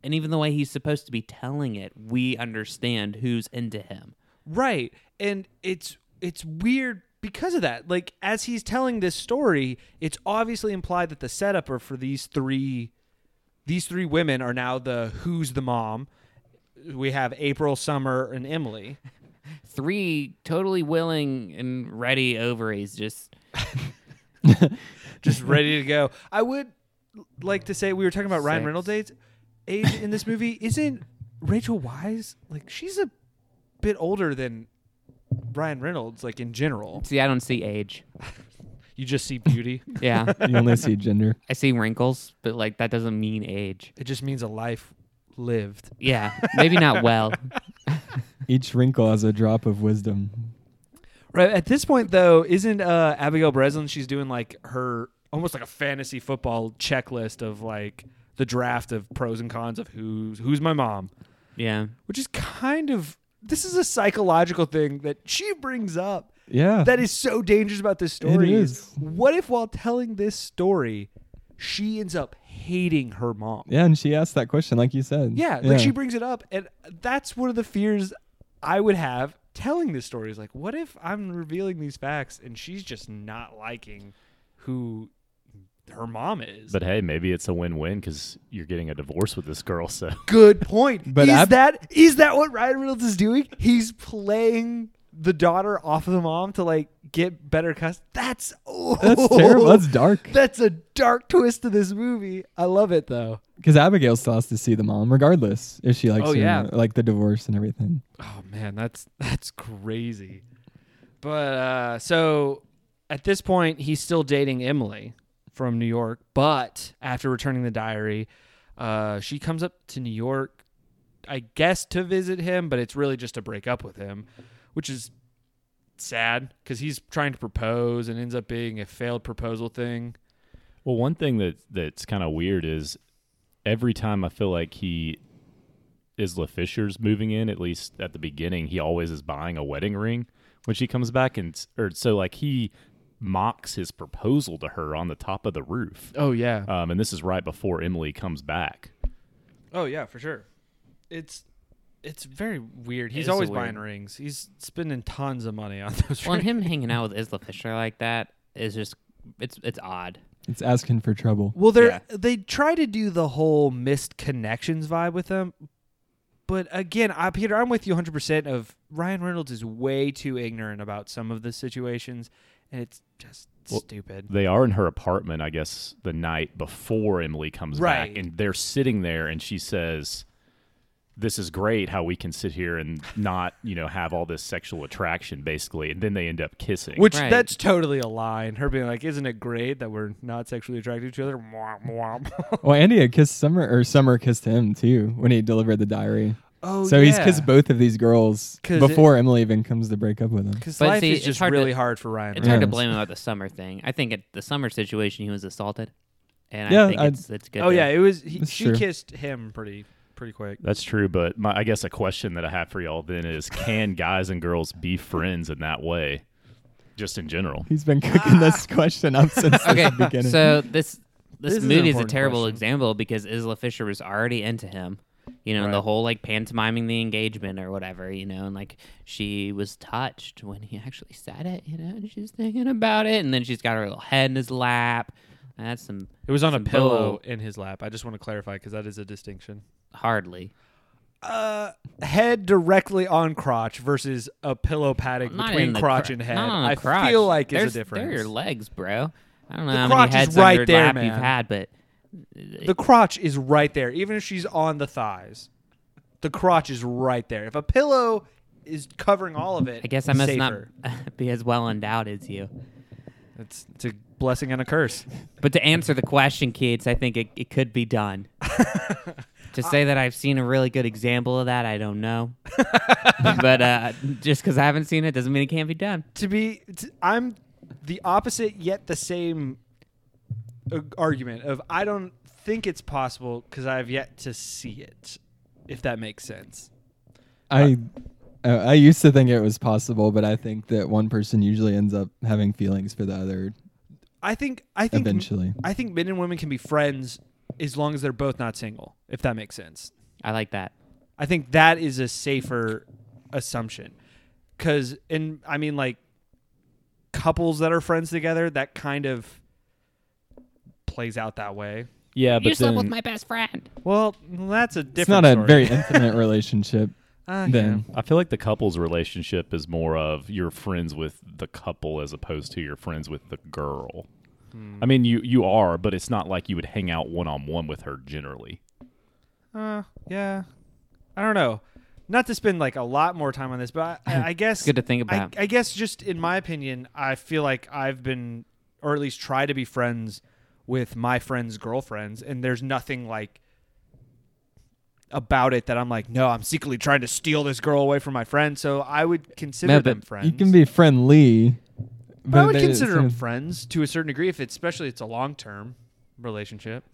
Speaker 2: and even the way he's supposed to be telling it we understand who's into him
Speaker 1: Right. And it's it's weird because of that. Like as he's telling this story, it's obviously implied that the setup are for these three these three women are now the who's the mom. We have April, Summer, and Emily.
Speaker 2: three totally willing and ready ovaries just
Speaker 1: just ready to go. I would like to say we were talking about Ryan
Speaker 2: Six.
Speaker 1: Reynolds' age, age in this movie. Isn't Rachel Wise like she's a bit older than Ryan Reynolds? Like in general,
Speaker 2: see i don't see age
Speaker 1: you just see beauty.
Speaker 2: yeah
Speaker 3: you only see gender.
Speaker 2: i see wrinkles but like that doesn't mean age
Speaker 1: it just means a life lived.
Speaker 2: yeah maybe not well
Speaker 3: Each wrinkle has a drop of wisdom.
Speaker 1: Right at this point, though, isn't uh, Abigail Breslin? She's doing like her almost like a fantasy football checklist of like the draft of pros and cons of who's who's my mom.
Speaker 2: yeah
Speaker 1: which is kind of this is a psychological thing that she brings up
Speaker 3: Yeah.
Speaker 1: that is so dangerous about this story
Speaker 3: It
Speaker 1: is,
Speaker 3: is.
Speaker 1: what if while telling this story she ends up hating her mom
Speaker 3: yeah, and she asked that question, like you said.
Speaker 1: Yeah, like she brings it up and that's one of the fears i would have telling this story is like what if i'm revealing these facts and she's just not liking who her mom is
Speaker 4: But hey, maybe it's a win-win because you're getting a divorce with this girl. So
Speaker 1: good point.
Speaker 3: But
Speaker 1: is
Speaker 3: Ab-
Speaker 1: that is that what Ryan Reynolds is doing? He's playing the daughter off of the mom to like get better cuss. That's oh,
Speaker 3: That's terrible. That's dark.
Speaker 1: That's a dark twist to this movie. I love it though.
Speaker 3: Because Abigail still has to see the mom, regardless if she likes her
Speaker 1: Oh,
Speaker 3: or
Speaker 1: yeah.
Speaker 3: not, like the divorce and everything.
Speaker 1: Oh man, that's that's crazy. But uh so at this point he's still dating Emily from New York, but after returning the diary, uh she comes up to New York I guess to visit him, but it's really just to break up with him, which is sad cuz he's trying to propose and ends up being a failed proposal thing.
Speaker 4: Well, one thing that that's kind of weird is every time I feel like he Isla Fisher's moving in, at least at the beginning, he always is buying a wedding ring when she comes back, and or so like he mocks his proposal to her on the top of the roof.
Speaker 1: Oh yeah.
Speaker 4: Um, and this is right before Emily comes back.
Speaker 1: Oh yeah, for sure. It's it's very weird. He's
Speaker 2: is a
Speaker 1: always
Speaker 2: weird-
Speaker 1: buying rings. He's spending tons of money on those
Speaker 2: well and
Speaker 1: rings.
Speaker 2: him hanging out with isla fisher like that is just it's it's odd
Speaker 3: It's asking for trouble.
Speaker 1: Well, they
Speaker 2: Yeah.
Speaker 1: are they try to do the whole missed connections vibe with them, but again, I Peter, I'm with you 100 percent of Ryan Reynolds is way too ignorant about some of the situations, and it's just
Speaker 4: Well,
Speaker 1: stupid.
Speaker 4: They are in her apartment, I guess, the night before Emily comes
Speaker 1: Right.
Speaker 4: back, and they're sitting there, and she says. This is great how we can sit here and not, you know, have all this sexual attraction basically. And then they end up kissing.
Speaker 1: Which
Speaker 2: Right.
Speaker 1: that's totally a lie. And her being like, "Isn't it great that we're not sexually attracted to each other?" Mwah, mwah.
Speaker 3: Oh, Well, Andy had kissed Summer, or Summer kissed him too when he delivered the diary.
Speaker 1: Oh,
Speaker 3: so he's kissed both of these girls
Speaker 1: 'Cause
Speaker 3: before Emily even comes to break up with him.
Speaker 1: Because
Speaker 2: But
Speaker 1: life
Speaker 2: see,
Speaker 1: is
Speaker 2: it's
Speaker 1: just
Speaker 2: hard to-
Speaker 1: really hard for Ryan.
Speaker 2: It's hard to
Speaker 3: Yes.
Speaker 2: blame him about the summer thing. I think at the summer situation, he was assaulted, and
Speaker 3: Yeah,
Speaker 2: I think
Speaker 3: I'd-
Speaker 2: it's it's good.
Speaker 1: Oh
Speaker 2: to-
Speaker 1: yeah, it was. He,
Speaker 3: That's
Speaker 1: she
Speaker 3: true.
Speaker 1: kissed him pretty pretty quick.
Speaker 4: That's true, but my, I guess a question that I have for y'all then is: Can guys and girls be friends in that way, just in general?
Speaker 3: He's been cooking this question up since
Speaker 2: Okay,
Speaker 3: the beginning.
Speaker 2: so this this,
Speaker 1: This is an
Speaker 2: movie is a
Speaker 1: important
Speaker 2: terrible
Speaker 1: question.
Speaker 2: example because Isla Fisher was already into him. You know, the
Speaker 1: Right.
Speaker 2: whole like pantomiming the engagement or whatever, you know, and like she was touched when he actually said it, you know, and she's thinking about it. And then she's got her little head in his lap. That's some
Speaker 1: It was on a
Speaker 2: Some
Speaker 1: pillow in his lap. I just want to clarify because that is a distinction.
Speaker 2: hardly.
Speaker 1: Uh, head directly on crotch versus a pillow padding
Speaker 2: Not in
Speaker 1: between
Speaker 2: the
Speaker 1: crotch
Speaker 2: cro-
Speaker 1: and head.
Speaker 2: not on the
Speaker 1: I
Speaker 2: crotch.
Speaker 1: feel like
Speaker 2: There's,
Speaker 1: is a
Speaker 2: They're
Speaker 1: difference.
Speaker 2: your legs, bro. I don't know
Speaker 1: The
Speaker 2: how
Speaker 1: crotch
Speaker 2: many
Speaker 1: is
Speaker 2: heads
Speaker 1: right
Speaker 2: on your
Speaker 1: there,
Speaker 2: lap you've
Speaker 1: man.
Speaker 2: had, but
Speaker 1: the crotch is right there. Even if she's on the thighs, the crotch is right there. If a pillow is covering all of it,
Speaker 2: I guess I
Speaker 1: it's
Speaker 2: must
Speaker 1: safer.
Speaker 2: not be as well endowed as you.
Speaker 1: It's, it's a blessing and a curse.
Speaker 2: But to answer the question, Keats, I think it, it could be done. to say that I've seen a really good example of that, I don't know. but uh, just because I haven't seen it doesn't mean it can't be done.
Speaker 1: to be t- i'm the opposite yet the same uh, argument of i don't think it's possible because i've yet to see it if that makes sense
Speaker 3: I uh, I used to think it was possible, but I think that one person usually ends up having feelings for the other
Speaker 1: i think i think
Speaker 3: eventually.
Speaker 1: i think men and women can be friends as long as they're both not single if that makes sense
Speaker 2: I like that.
Speaker 1: I think that is a safer assumption. Cause and I mean like couples that are friends together, that kind of plays out that way.
Speaker 4: Yeah,
Speaker 2: you slept with my best friend.
Speaker 1: Well, that's a
Speaker 3: It's
Speaker 1: different
Speaker 3: not a
Speaker 1: story.
Speaker 3: very intimate relationship.
Speaker 1: Ah,
Speaker 3: then
Speaker 4: I feel like the couple's relationship is more of you're friends with the couple as opposed to you're friends with the girl. I mean, you you are, but it's not like you would hang out one on one with her generally.
Speaker 1: yeah. Uh, yeah. I don't know. Not to spend like a lot more time on this, but I, I guess
Speaker 2: It's good to think
Speaker 1: I,
Speaker 2: about.
Speaker 1: I guess just in my opinion, I feel like I've been, or at least try to be friends with my friends' girlfriends, and there's nothing like about it that I'm like, no, I'm secretly trying to steal this girl away from my friend. So I would consider
Speaker 2: No, but
Speaker 1: them friends.
Speaker 3: you can be friendly.
Speaker 1: but I would
Speaker 3: they-
Speaker 1: consider them
Speaker 3: it's-
Speaker 1: friends to a certain degree if it's especially it's a long term relationship.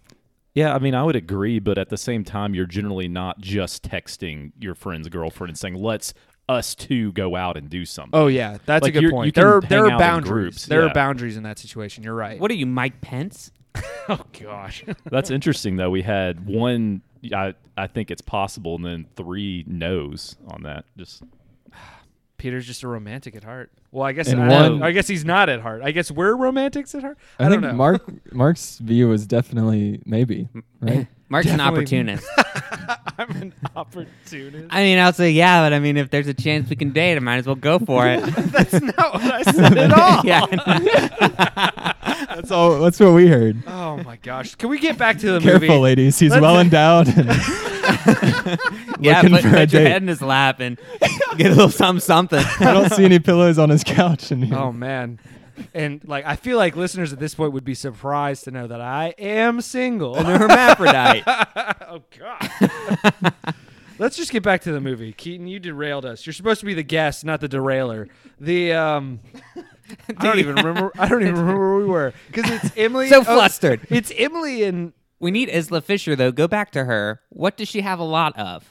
Speaker 4: Yeah, I mean, I would agree, but at the same time, you're generally not just texting your friend's girlfriend and saying, "Let's us two go out and do something."
Speaker 1: Oh yeah, that's
Speaker 4: Like,
Speaker 1: a good
Speaker 4: you're- you
Speaker 1: point.
Speaker 4: can
Speaker 1: There are, there
Speaker 4: hang out
Speaker 1: are
Speaker 4: in
Speaker 1: boundaries.
Speaker 4: groups,
Speaker 1: There
Speaker 4: yeah.
Speaker 1: are boundaries in that situation. You're right.
Speaker 2: What are you, Mike Pence?
Speaker 1: Oh gosh.
Speaker 4: That's interesting though. We had one. I I think it's possible, and then three no's on that. Just
Speaker 1: Peter's just a romantic at heart. Well, I guess
Speaker 3: And
Speaker 1: I, don't-
Speaker 3: one-
Speaker 1: I guess he's not at heart. I guess we're romantics at heart. I,
Speaker 3: I,
Speaker 1: don't
Speaker 3: think
Speaker 1: know.
Speaker 3: Mark Mark's view was definitely maybe right.
Speaker 2: Mark's an
Speaker 1: Definitely-
Speaker 2: opportunist.
Speaker 1: I'm an opportunist.
Speaker 2: I mean, I'll say yeah, but I mean, if there's a chance we can date, I might as well go for it.
Speaker 1: That's not what I said at all.
Speaker 2: yeah, I know.
Speaker 3: that's all. That's what we heard.
Speaker 1: Oh my gosh! Can we get back to the
Speaker 3: Careful,
Speaker 1: movie?
Speaker 3: ladies. He's
Speaker 1: Let's-
Speaker 3: well endowed. And
Speaker 2: yeah.
Speaker 3: Looking
Speaker 2: Put,
Speaker 3: for a
Speaker 2: put your
Speaker 3: date.
Speaker 2: head in his lap and get a little something, something.
Speaker 3: I don't see any pillows on his couch. And he-
Speaker 1: Oh man! And like, I feel like listeners at this point would be surprised to know that I am single.
Speaker 2: An hermaphrodite.
Speaker 1: oh god! Let's just get back to the movie. Keaton, you derailed us. You're supposed to be the guest, not the derailer. The um, I don't even remember. I don't even remember where we were because it's Emily.
Speaker 2: So
Speaker 1: oh,
Speaker 2: flustered.
Speaker 1: It's Emily and
Speaker 2: We need Isla Fisher though. Go back to her. What does she have a lot of?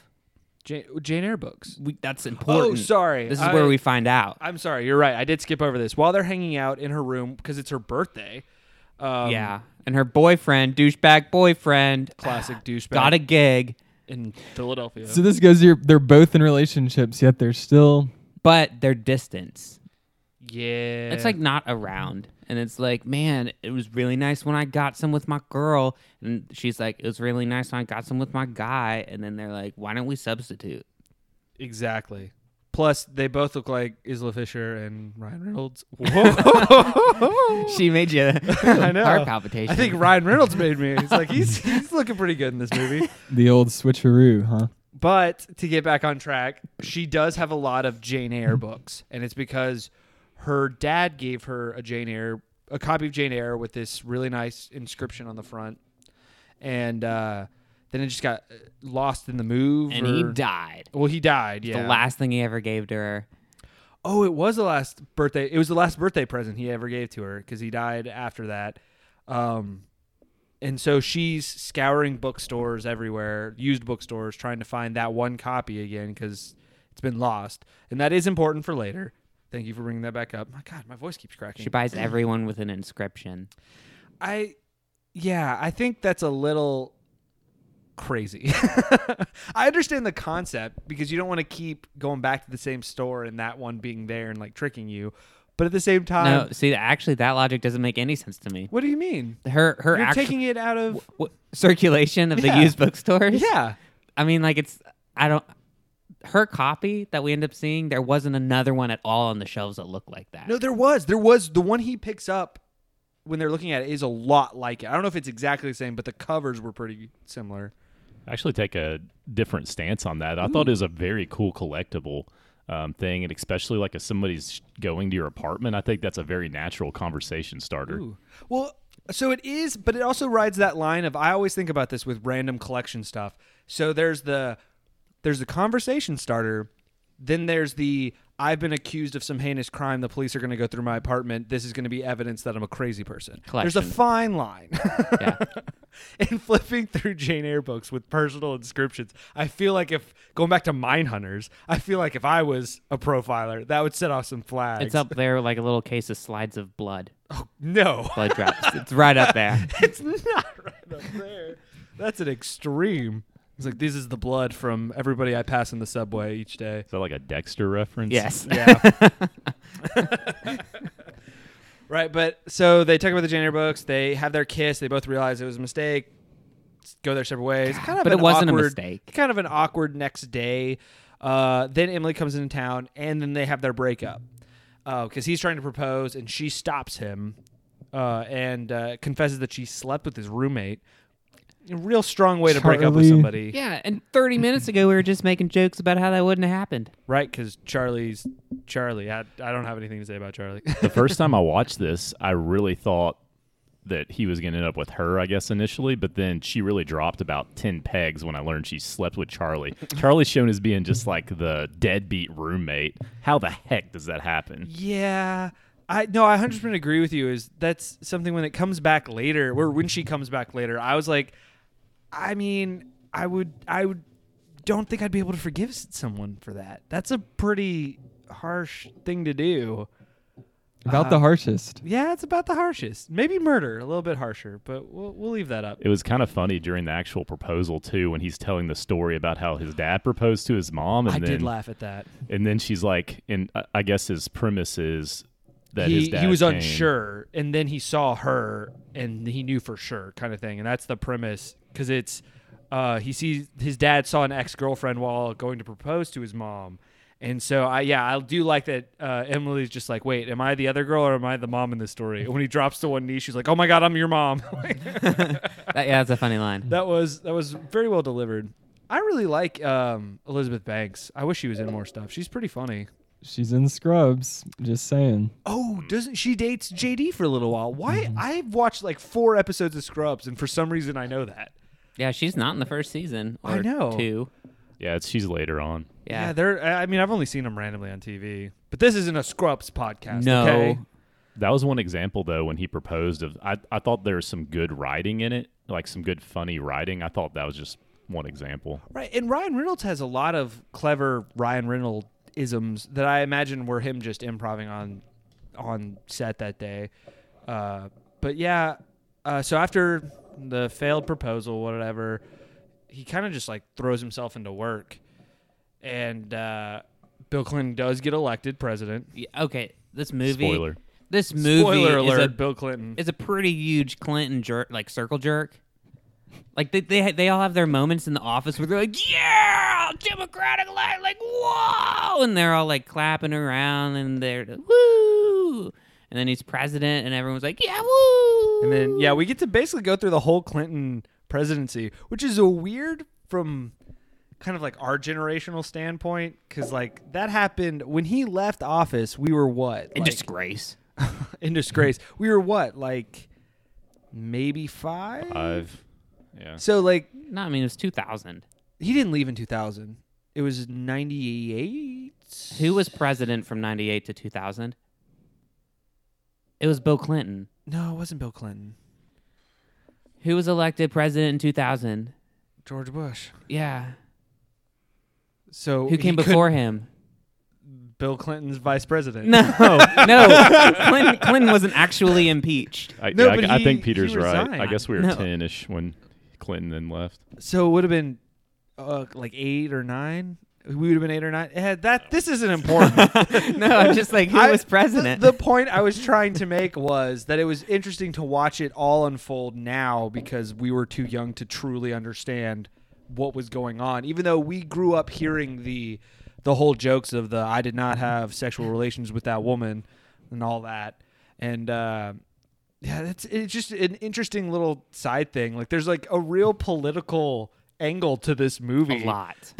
Speaker 1: Jane, Jane Eyre books.
Speaker 2: We, that's important.
Speaker 1: Oh, sorry.
Speaker 2: This is
Speaker 1: I- um,
Speaker 2: where we find out.
Speaker 1: I'm sorry, you're right. I did skip over this. While they're hanging out in her room because it's her birthday. Um,
Speaker 2: yeah. And her boyfriend, douchebag boyfriend,
Speaker 1: classic douchebag.
Speaker 2: got a gig,
Speaker 1: in Philadelphia.
Speaker 3: So this goes. to Your, they're both in relationships, yet they're still.
Speaker 2: but they're distance.
Speaker 1: yeah,
Speaker 2: It's like not around. And it's like, man, it was really nice when I got some with my girl. And she's like, it was really nice when I got some with my guy. And then they're like, why don't we substitute?
Speaker 1: exactly. Plus, they both look like Isla Fisher and Ryan Reynolds. Whoa.
Speaker 2: She made you
Speaker 1: I know.
Speaker 2: heart palpitation.
Speaker 1: I think Ryan Reynolds made me. He's like he's he's looking pretty good in this movie.
Speaker 3: The old switcheroo, huh?
Speaker 1: But to get back on track, she does have a lot of Jane Eyre books, and it's because her dad gave her a Jane Eyre, a copy of Jane Eyre with this really nice inscription on the front, and uh, Then it just got uh, lost in the move.
Speaker 2: and he
Speaker 1: or-
Speaker 2: died.
Speaker 1: Well, he died. Yeah.
Speaker 2: The last thing he ever gave to her.
Speaker 1: Oh, it was the last birthday. It was the last birthday present he ever gave to her because he died after that. Um, and so she's scouring bookstores everywhere, used bookstores, trying to find that one copy again because it's been lost. And that is important for later. Thank you for bringing that back up. My God, my voice keeps cracking.
Speaker 2: She buys everyone with an inscription.
Speaker 1: I, yeah, I think that's a little crazy. I understand the concept because you don't want to keep going back to the same store and that one being there and like tricking you. But at the same time,
Speaker 2: no, see, actually, that logic doesn't make any sense to me.
Speaker 1: What do you mean?
Speaker 2: Her her
Speaker 1: You're
Speaker 2: actual
Speaker 1: taking it out of
Speaker 2: w- circulation of
Speaker 1: Yeah.
Speaker 2: the used bookstores.
Speaker 1: yeah.
Speaker 2: I mean, like it's I don't. Her copy that we end up seeing, there wasn't another one at all on the shelves that looked like that.
Speaker 1: No, there was there was the one he picks up when they're looking at it is a lot like it. I don't know if it's exactly the same, but the covers were pretty similar.
Speaker 4: actually take a different stance on that. I thought it was a very cool collectible um, thing, and especially like if somebody's going to your apartment, I think that's a very natural conversation starter.
Speaker 1: Well, so it is, but it also rides that line of I always think about this with random collection stuff. So there's the there's the conversation starter, then there's the I've been accused of some heinous crime. The police are going to go through my apartment. This is going to be evidence that I'm a crazy person. There's
Speaker 2: Collection.
Speaker 1: a fine line.
Speaker 2: Yeah.
Speaker 1: and flipping through Jane Eyre books with personal inscriptions, I feel like if going back to Mine Hunters, I feel like if I was a profiler, that would set off some flags.
Speaker 2: It's up there like a little case of slides of blood,
Speaker 1: No,
Speaker 2: blood drops. it's right up there.
Speaker 1: it's not right up there. That's an extreme. It's like this is the blood from everybody I pass in the subway each day.
Speaker 4: Is that like a Dexter reference?
Speaker 2: Yes.
Speaker 1: Yeah. right, but so they talk about the Jane Eyre books. They have their kiss. They both realize it was a mistake. s- Go their separate ways. Kind of
Speaker 2: but
Speaker 1: an
Speaker 2: it wasn't a
Speaker 1: awkward-
Speaker 2: mistake.
Speaker 1: Kind of an awkward next day. Uh, then Emily comes into town, and then they have their breakup because he's trying to propose, and she stops him uh, and uh, confesses that she slept with his roommate. A real strong way to break up with
Speaker 3: Charlie.
Speaker 1: somebody,
Speaker 2: Yeah, and 30 minutes ago we were just making jokes about how that wouldn't have happened.
Speaker 1: right? Because Charlie's Charlie. I, I don't have anything to say about Charlie.
Speaker 4: the first time I watched this, I really thought that he was going to end up with her, I guess, initially, but then she really dropped about 10 pegs when I learned she slept with Charlie. Charlie's shown as being just like the deadbeat roommate. How the heck does that happen?
Speaker 1: Yeah. I no, I hundred percent agree with you. Is that's something when it comes back later, or when she comes back later, I was like, I mean, I would, I would, don't think I'd be able to forgive s- someone for that. That's a pretty harsh thing to do.
Speaker 3: About
Speaker 1: Uh,
Speaker 3: the harshest.
Speaker 1: Yeah, it's about the harshest. Maybe murder, a little bit harsher, but we'll we'll leave that up.
Speaker 4: It was kind of funny during the actual proposal too when he's telling the story about how his dad proposed to his mom and
Speaker 1: I
Speaker 4: then
Speaker 1: did laugh at that.
Speaker 4: and then she's like and I- I guess his premise is that his
Speaker 1: he,
Speaker 4: dad
Speaker 1: he was
Speaker 4: came.
Speaker 1: unsure and then he saw her and he knew for sure kind of thing and that's the premise because it's uh, he sees his dad saw an ex-girlfriend while going to propose to his mom and so i yeah i do like that uh, emily's just like wait am i the other girl or am i the mom in this story and when he drops to one knee she's like oh my god i'm your mom
Speaker 2: That, yeah, that's a funny line.
Speaker 1: that was that was very well delivered i really like um, elizabeth banks i wish she was in more stuff she's pretty funny
Speaker 3: She's in Scrubs. Just saying.
Speaker 1: Oh, doesn't she dates JD for a little while? Why? I've watched like four episodes of Scrubs, and for some reason I know that.
Speaker 2: Yeah, she's not in the first season. Or
Speaker 1: I know.
Speaker 2: Two.
Speaker 4: Yeah, it's, she's later on.
Speaker 2: Yeah.
Speaker 1: they're. I I mean, I've only seen them randomly on TV, but this isn't a Scrubs podcast.
Speaker 2: no.
Speaker 1: okay?
Speaker 4: That was one example though when he proposed of I, I thought there was some good writing in it, like some good funny writing. I thought that was just one example.
Speaker 1: right. And Ryan Reynolds has a lot of clever Ryan Reynolds isms that I imagine were him just improvising on on set that day. Uh, but yeah, uh, so after the failed proposal, whatever, he kind of just like throws himself into work, and uh, Bill Clinton does get elected president.
Speaker 2: Y- Okay, this movie.
Speaker 4: Spoiler.
Speaker 2: This movie
Speaker 1: Spoiler alert:
Speaker 2: is a
Speaker 1: Bill Clinton.
Speaker 2: is a pretty huge Clinton jerk, like circle jerk. Like they, they they all have their moments in the office where they're like, yeah, Democratic light, like whoa, and they're all like clapping around and they're woo, and then he's president and everyone's like, yeah, woo,
Speaker 1: And then yeah, we get to basically go through the whole Clinton presidency, which is a weird from kind of like our generational standpoint cuz like that happened when he left office, we were what?
Speaker 2: in
Speaker 1: Like-
Speaker 2: disgrace.
Speaker 1: in disgrace. We were what? Like maybe 5?
Speaker 4: I've Yeah.
Speaker 1: So like
Speaker 2: No, I mean it was 2000.
Speaker 1: he didn't leave in 2000. It was 98.
Speaker 2: Who was president from 98 to 2000? It was Bill Clinton.
Speaker 1: No, it wasn't Bill Clinton.
Speaker 2: Who was elected president in 2000?
Speaker 1: George Bush.
Speaker 2: Yeah.
Speaker 1: So
Speaker 2: Who came
Speaker 1: he couldn't-
Speaker 2: before him?
Speaker 1: Bill Clinton's vice president?
Speaker 2: No, no. Clinton, Clinton wasn't actually impeached.
Speaker 4: I,
Speaker 1: No,
Speaker 4: yeah, I-
Speaker 1: but
Speaker 4: I, think
Speaker 1: he-
Speaker 4: Peter's
Speaker 1: he
Speaker 4: right.
Speaker 1: resigned.
Speaker 4: I guess we were
Speaker 2: No.
Speaker 4: 10 ish when Clinton then left.
Speaker 1: So it would have been uh, like eight or nine. We would have been eight or nine. Eh, that this isn't important.
Speaker 2: No, I'm just like, who
Speaker 1: I-
Speaker 2: was president?
Speaker 1: The, the point I was trying to make was that it was interesting to watch it all unfold now because we were too young to truly understand what was going on. Even though we grew up hearing the the whole jokes of the I did not have sexual relations with that woman and all that. And uh, yeah, that's it's just an interesting little side thing. Like there's like a real political angle to this movie.
Speaker 2: a lot.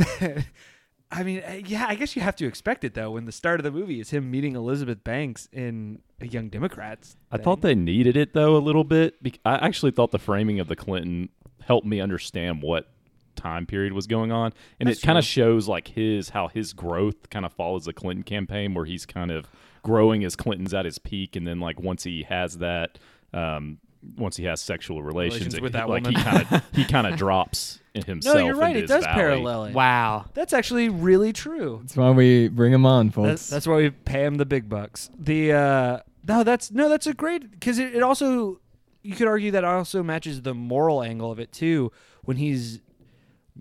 Speaker 1: I mean, uh, yeah, I guess you have to expect it though. When the start of the movie is him meeting Elizabeth Banks in a Young Democrats.
Speaker 4: I
Speaker 1: thing.
Speaker 4: thought they needed it though a little bit. bec- I actually thought the framing of the Clinton helped me understand what time period was going on, and it kind of shows like his how his growth kind of follows the Clinton campaign, where he's kind of growing as Clinton's at his peak, and then like once he has that, um, once he has sexual relations,
Speaker 1: Relations
Speaker 4: it-
Speaker 1: with that
Speaker 4: like
Speaker 1: woman.
Speaker 4: he kind of he kind of drops in
Speaker 1: No,
Speaker 4: himself.
Speaker 1: you're right.
Speaker 4: into
Speaker 1: It
Speaker 4: his
Speaker 1: does
Speaker 4: valley.
Speaker 1: parallel it.
Speaker 2: Wow.
Speaker 1: That's actually really true.
Speaker 3: That's why we bring him on,
Speaker 1: That's,
Speaker 3: folks.
Speaker 1: that's why we pay him the big bucks. The uh, no, that's no, that's a great because it, it also you could argue that also matches the moral angle of it too. When he's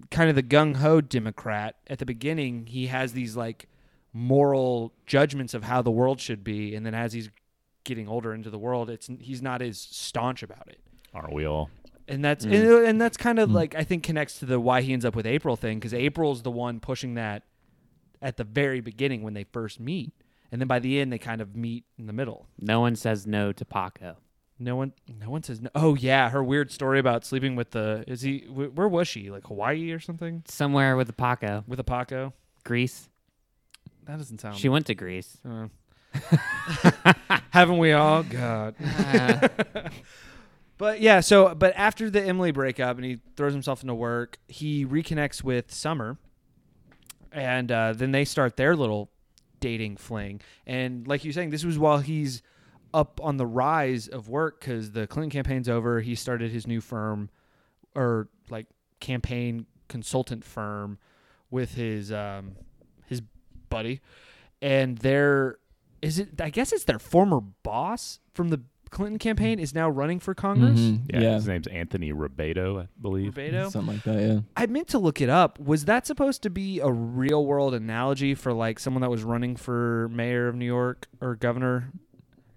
Speaker 1: kind of the gung ho Democrat at the beginning, he has these like moral judgments of how the world should be, and then as he's getting older into the world, it's he's not as staunch about it
Speaker 4: Aren't we all?
Speaker 1: and that's and, and that's kind of like I think connects to the why he ends up with April thing because April's the one pushing that at the very beginning when they first meet, and then by the end they kind of meet in the middle.
Speaker 2: No one says no to Paco.
Speaker 1: No one, no one says no. Oh yeah, her weird story about sleeping with the is he wh- where was she like Hawaii or something
Speaker 2: Somewhere with the Paco.
Speaker 1: with a Paco?
Speaker 2: Greece.
Speaker 1: That doesn't sound.
Speaker 2: She went to Greece.
Speaker 1: Uh. haven't we all? God.
Speaker 2: Uh,
Speaker 1: But yeah, so but after the Emily breakup and he throws himself into work, he reconnects with Summer, and uh, then they start their little dating fling. And like you're saying, this was while he's up on the rise of work because the Clinton campaign's over. He started his new firm, or like campaign consultant firm, with his um, his buddy, and their is it? I guess it's their former boss from the Clinton campaign is now running for Congress.
Speaker 3: Mhm.
Speaker 4: Yeah,
Speaker 3: yeah.
Speaker 4: his name's Anthony Robedo, I believe.
Speaker 1: Rubedo?
Speaker 3: something like that. Yeah.
Speaker 1: I meant to look it up. Was that supposed to be a real world analogy for like someone that was running for mayor of New York or governor?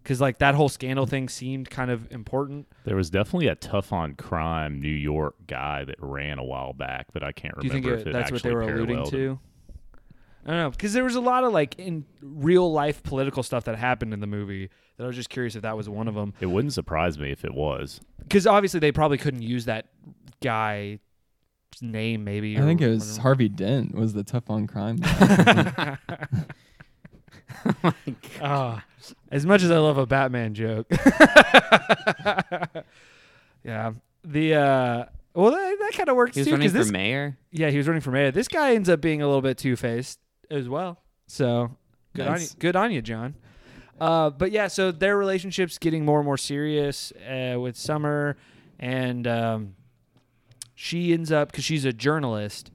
Speaker 1: Because like that whole scandal thing seemed kind of important.
Speaker 4: There was definitely a tough on crime New York guy that ran a while back, but I can't
Speaker 1: Do you think
Speaker 4: remember if
Speaker 1: it-
Speaker 4: it
Speaker 1: that's what they
Speaker 4: actually
Speaker 1: were alluding
Speaker 4: paralleled it.
Speaker 1: to? I don't know because there was a lot of like in real life political stuff that happened in the movie that I was just curious if that was one of them.
Speaker 4: It wouldn't surprise me if it was.
Speaker 1: Because obviously they probably couldn't use that guy's name. Maybe
Speaker 3: I
Speaker 1: or
Speaker 3: think it was
Speaker 1: whatever.
Speaker 3: Harvey Dent was the tough on crime.
Speaker 1: Ah, as much as I love a Batman joke. yeah. The uh well that, that kind of works
Speaker 2: he was
Speaker 1: too
Speaker 2: running
Speaker 1: cuz
Speaker 2: for
Speaker 1: this
Speaker 2: mayor.
Speaker 1: yeah, he was running for mayor. This guy ends up being a little bit two-faced as well. So, good on
Speaker 3: Nice.
Speaker 1: you, good on you, John. Uh but yeah, so their relationships getting more and more serious uh with Summer and um she ends up cuz she's a journalist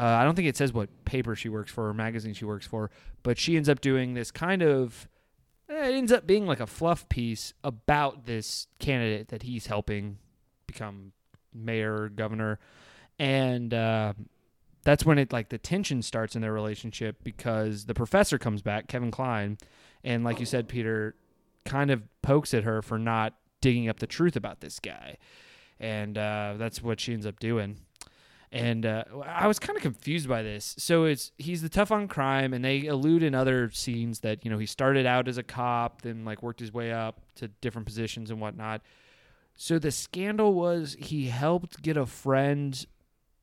Speaker 1: uh, I don't think it says what paper she works for or magazine she works for, but she ends up doing this kind of. eh, It ends up being like a fluff piece about this candidate that he's helping become mayor, or governor, and uh, that's when it like the tension starts in their relationship because the professor comes back, Kevin Klein, and like you said, Peter, kind of pokes at her for not digging up the truth about this guy, and uh, that's what she ends up doing and uh, I was kind of confused by this. So it's he's the tough on crime, and they allude in other scenes that you know he started out as a cop, then like worked his way up to different positions and whatnot. So the scandal was he helped get a friend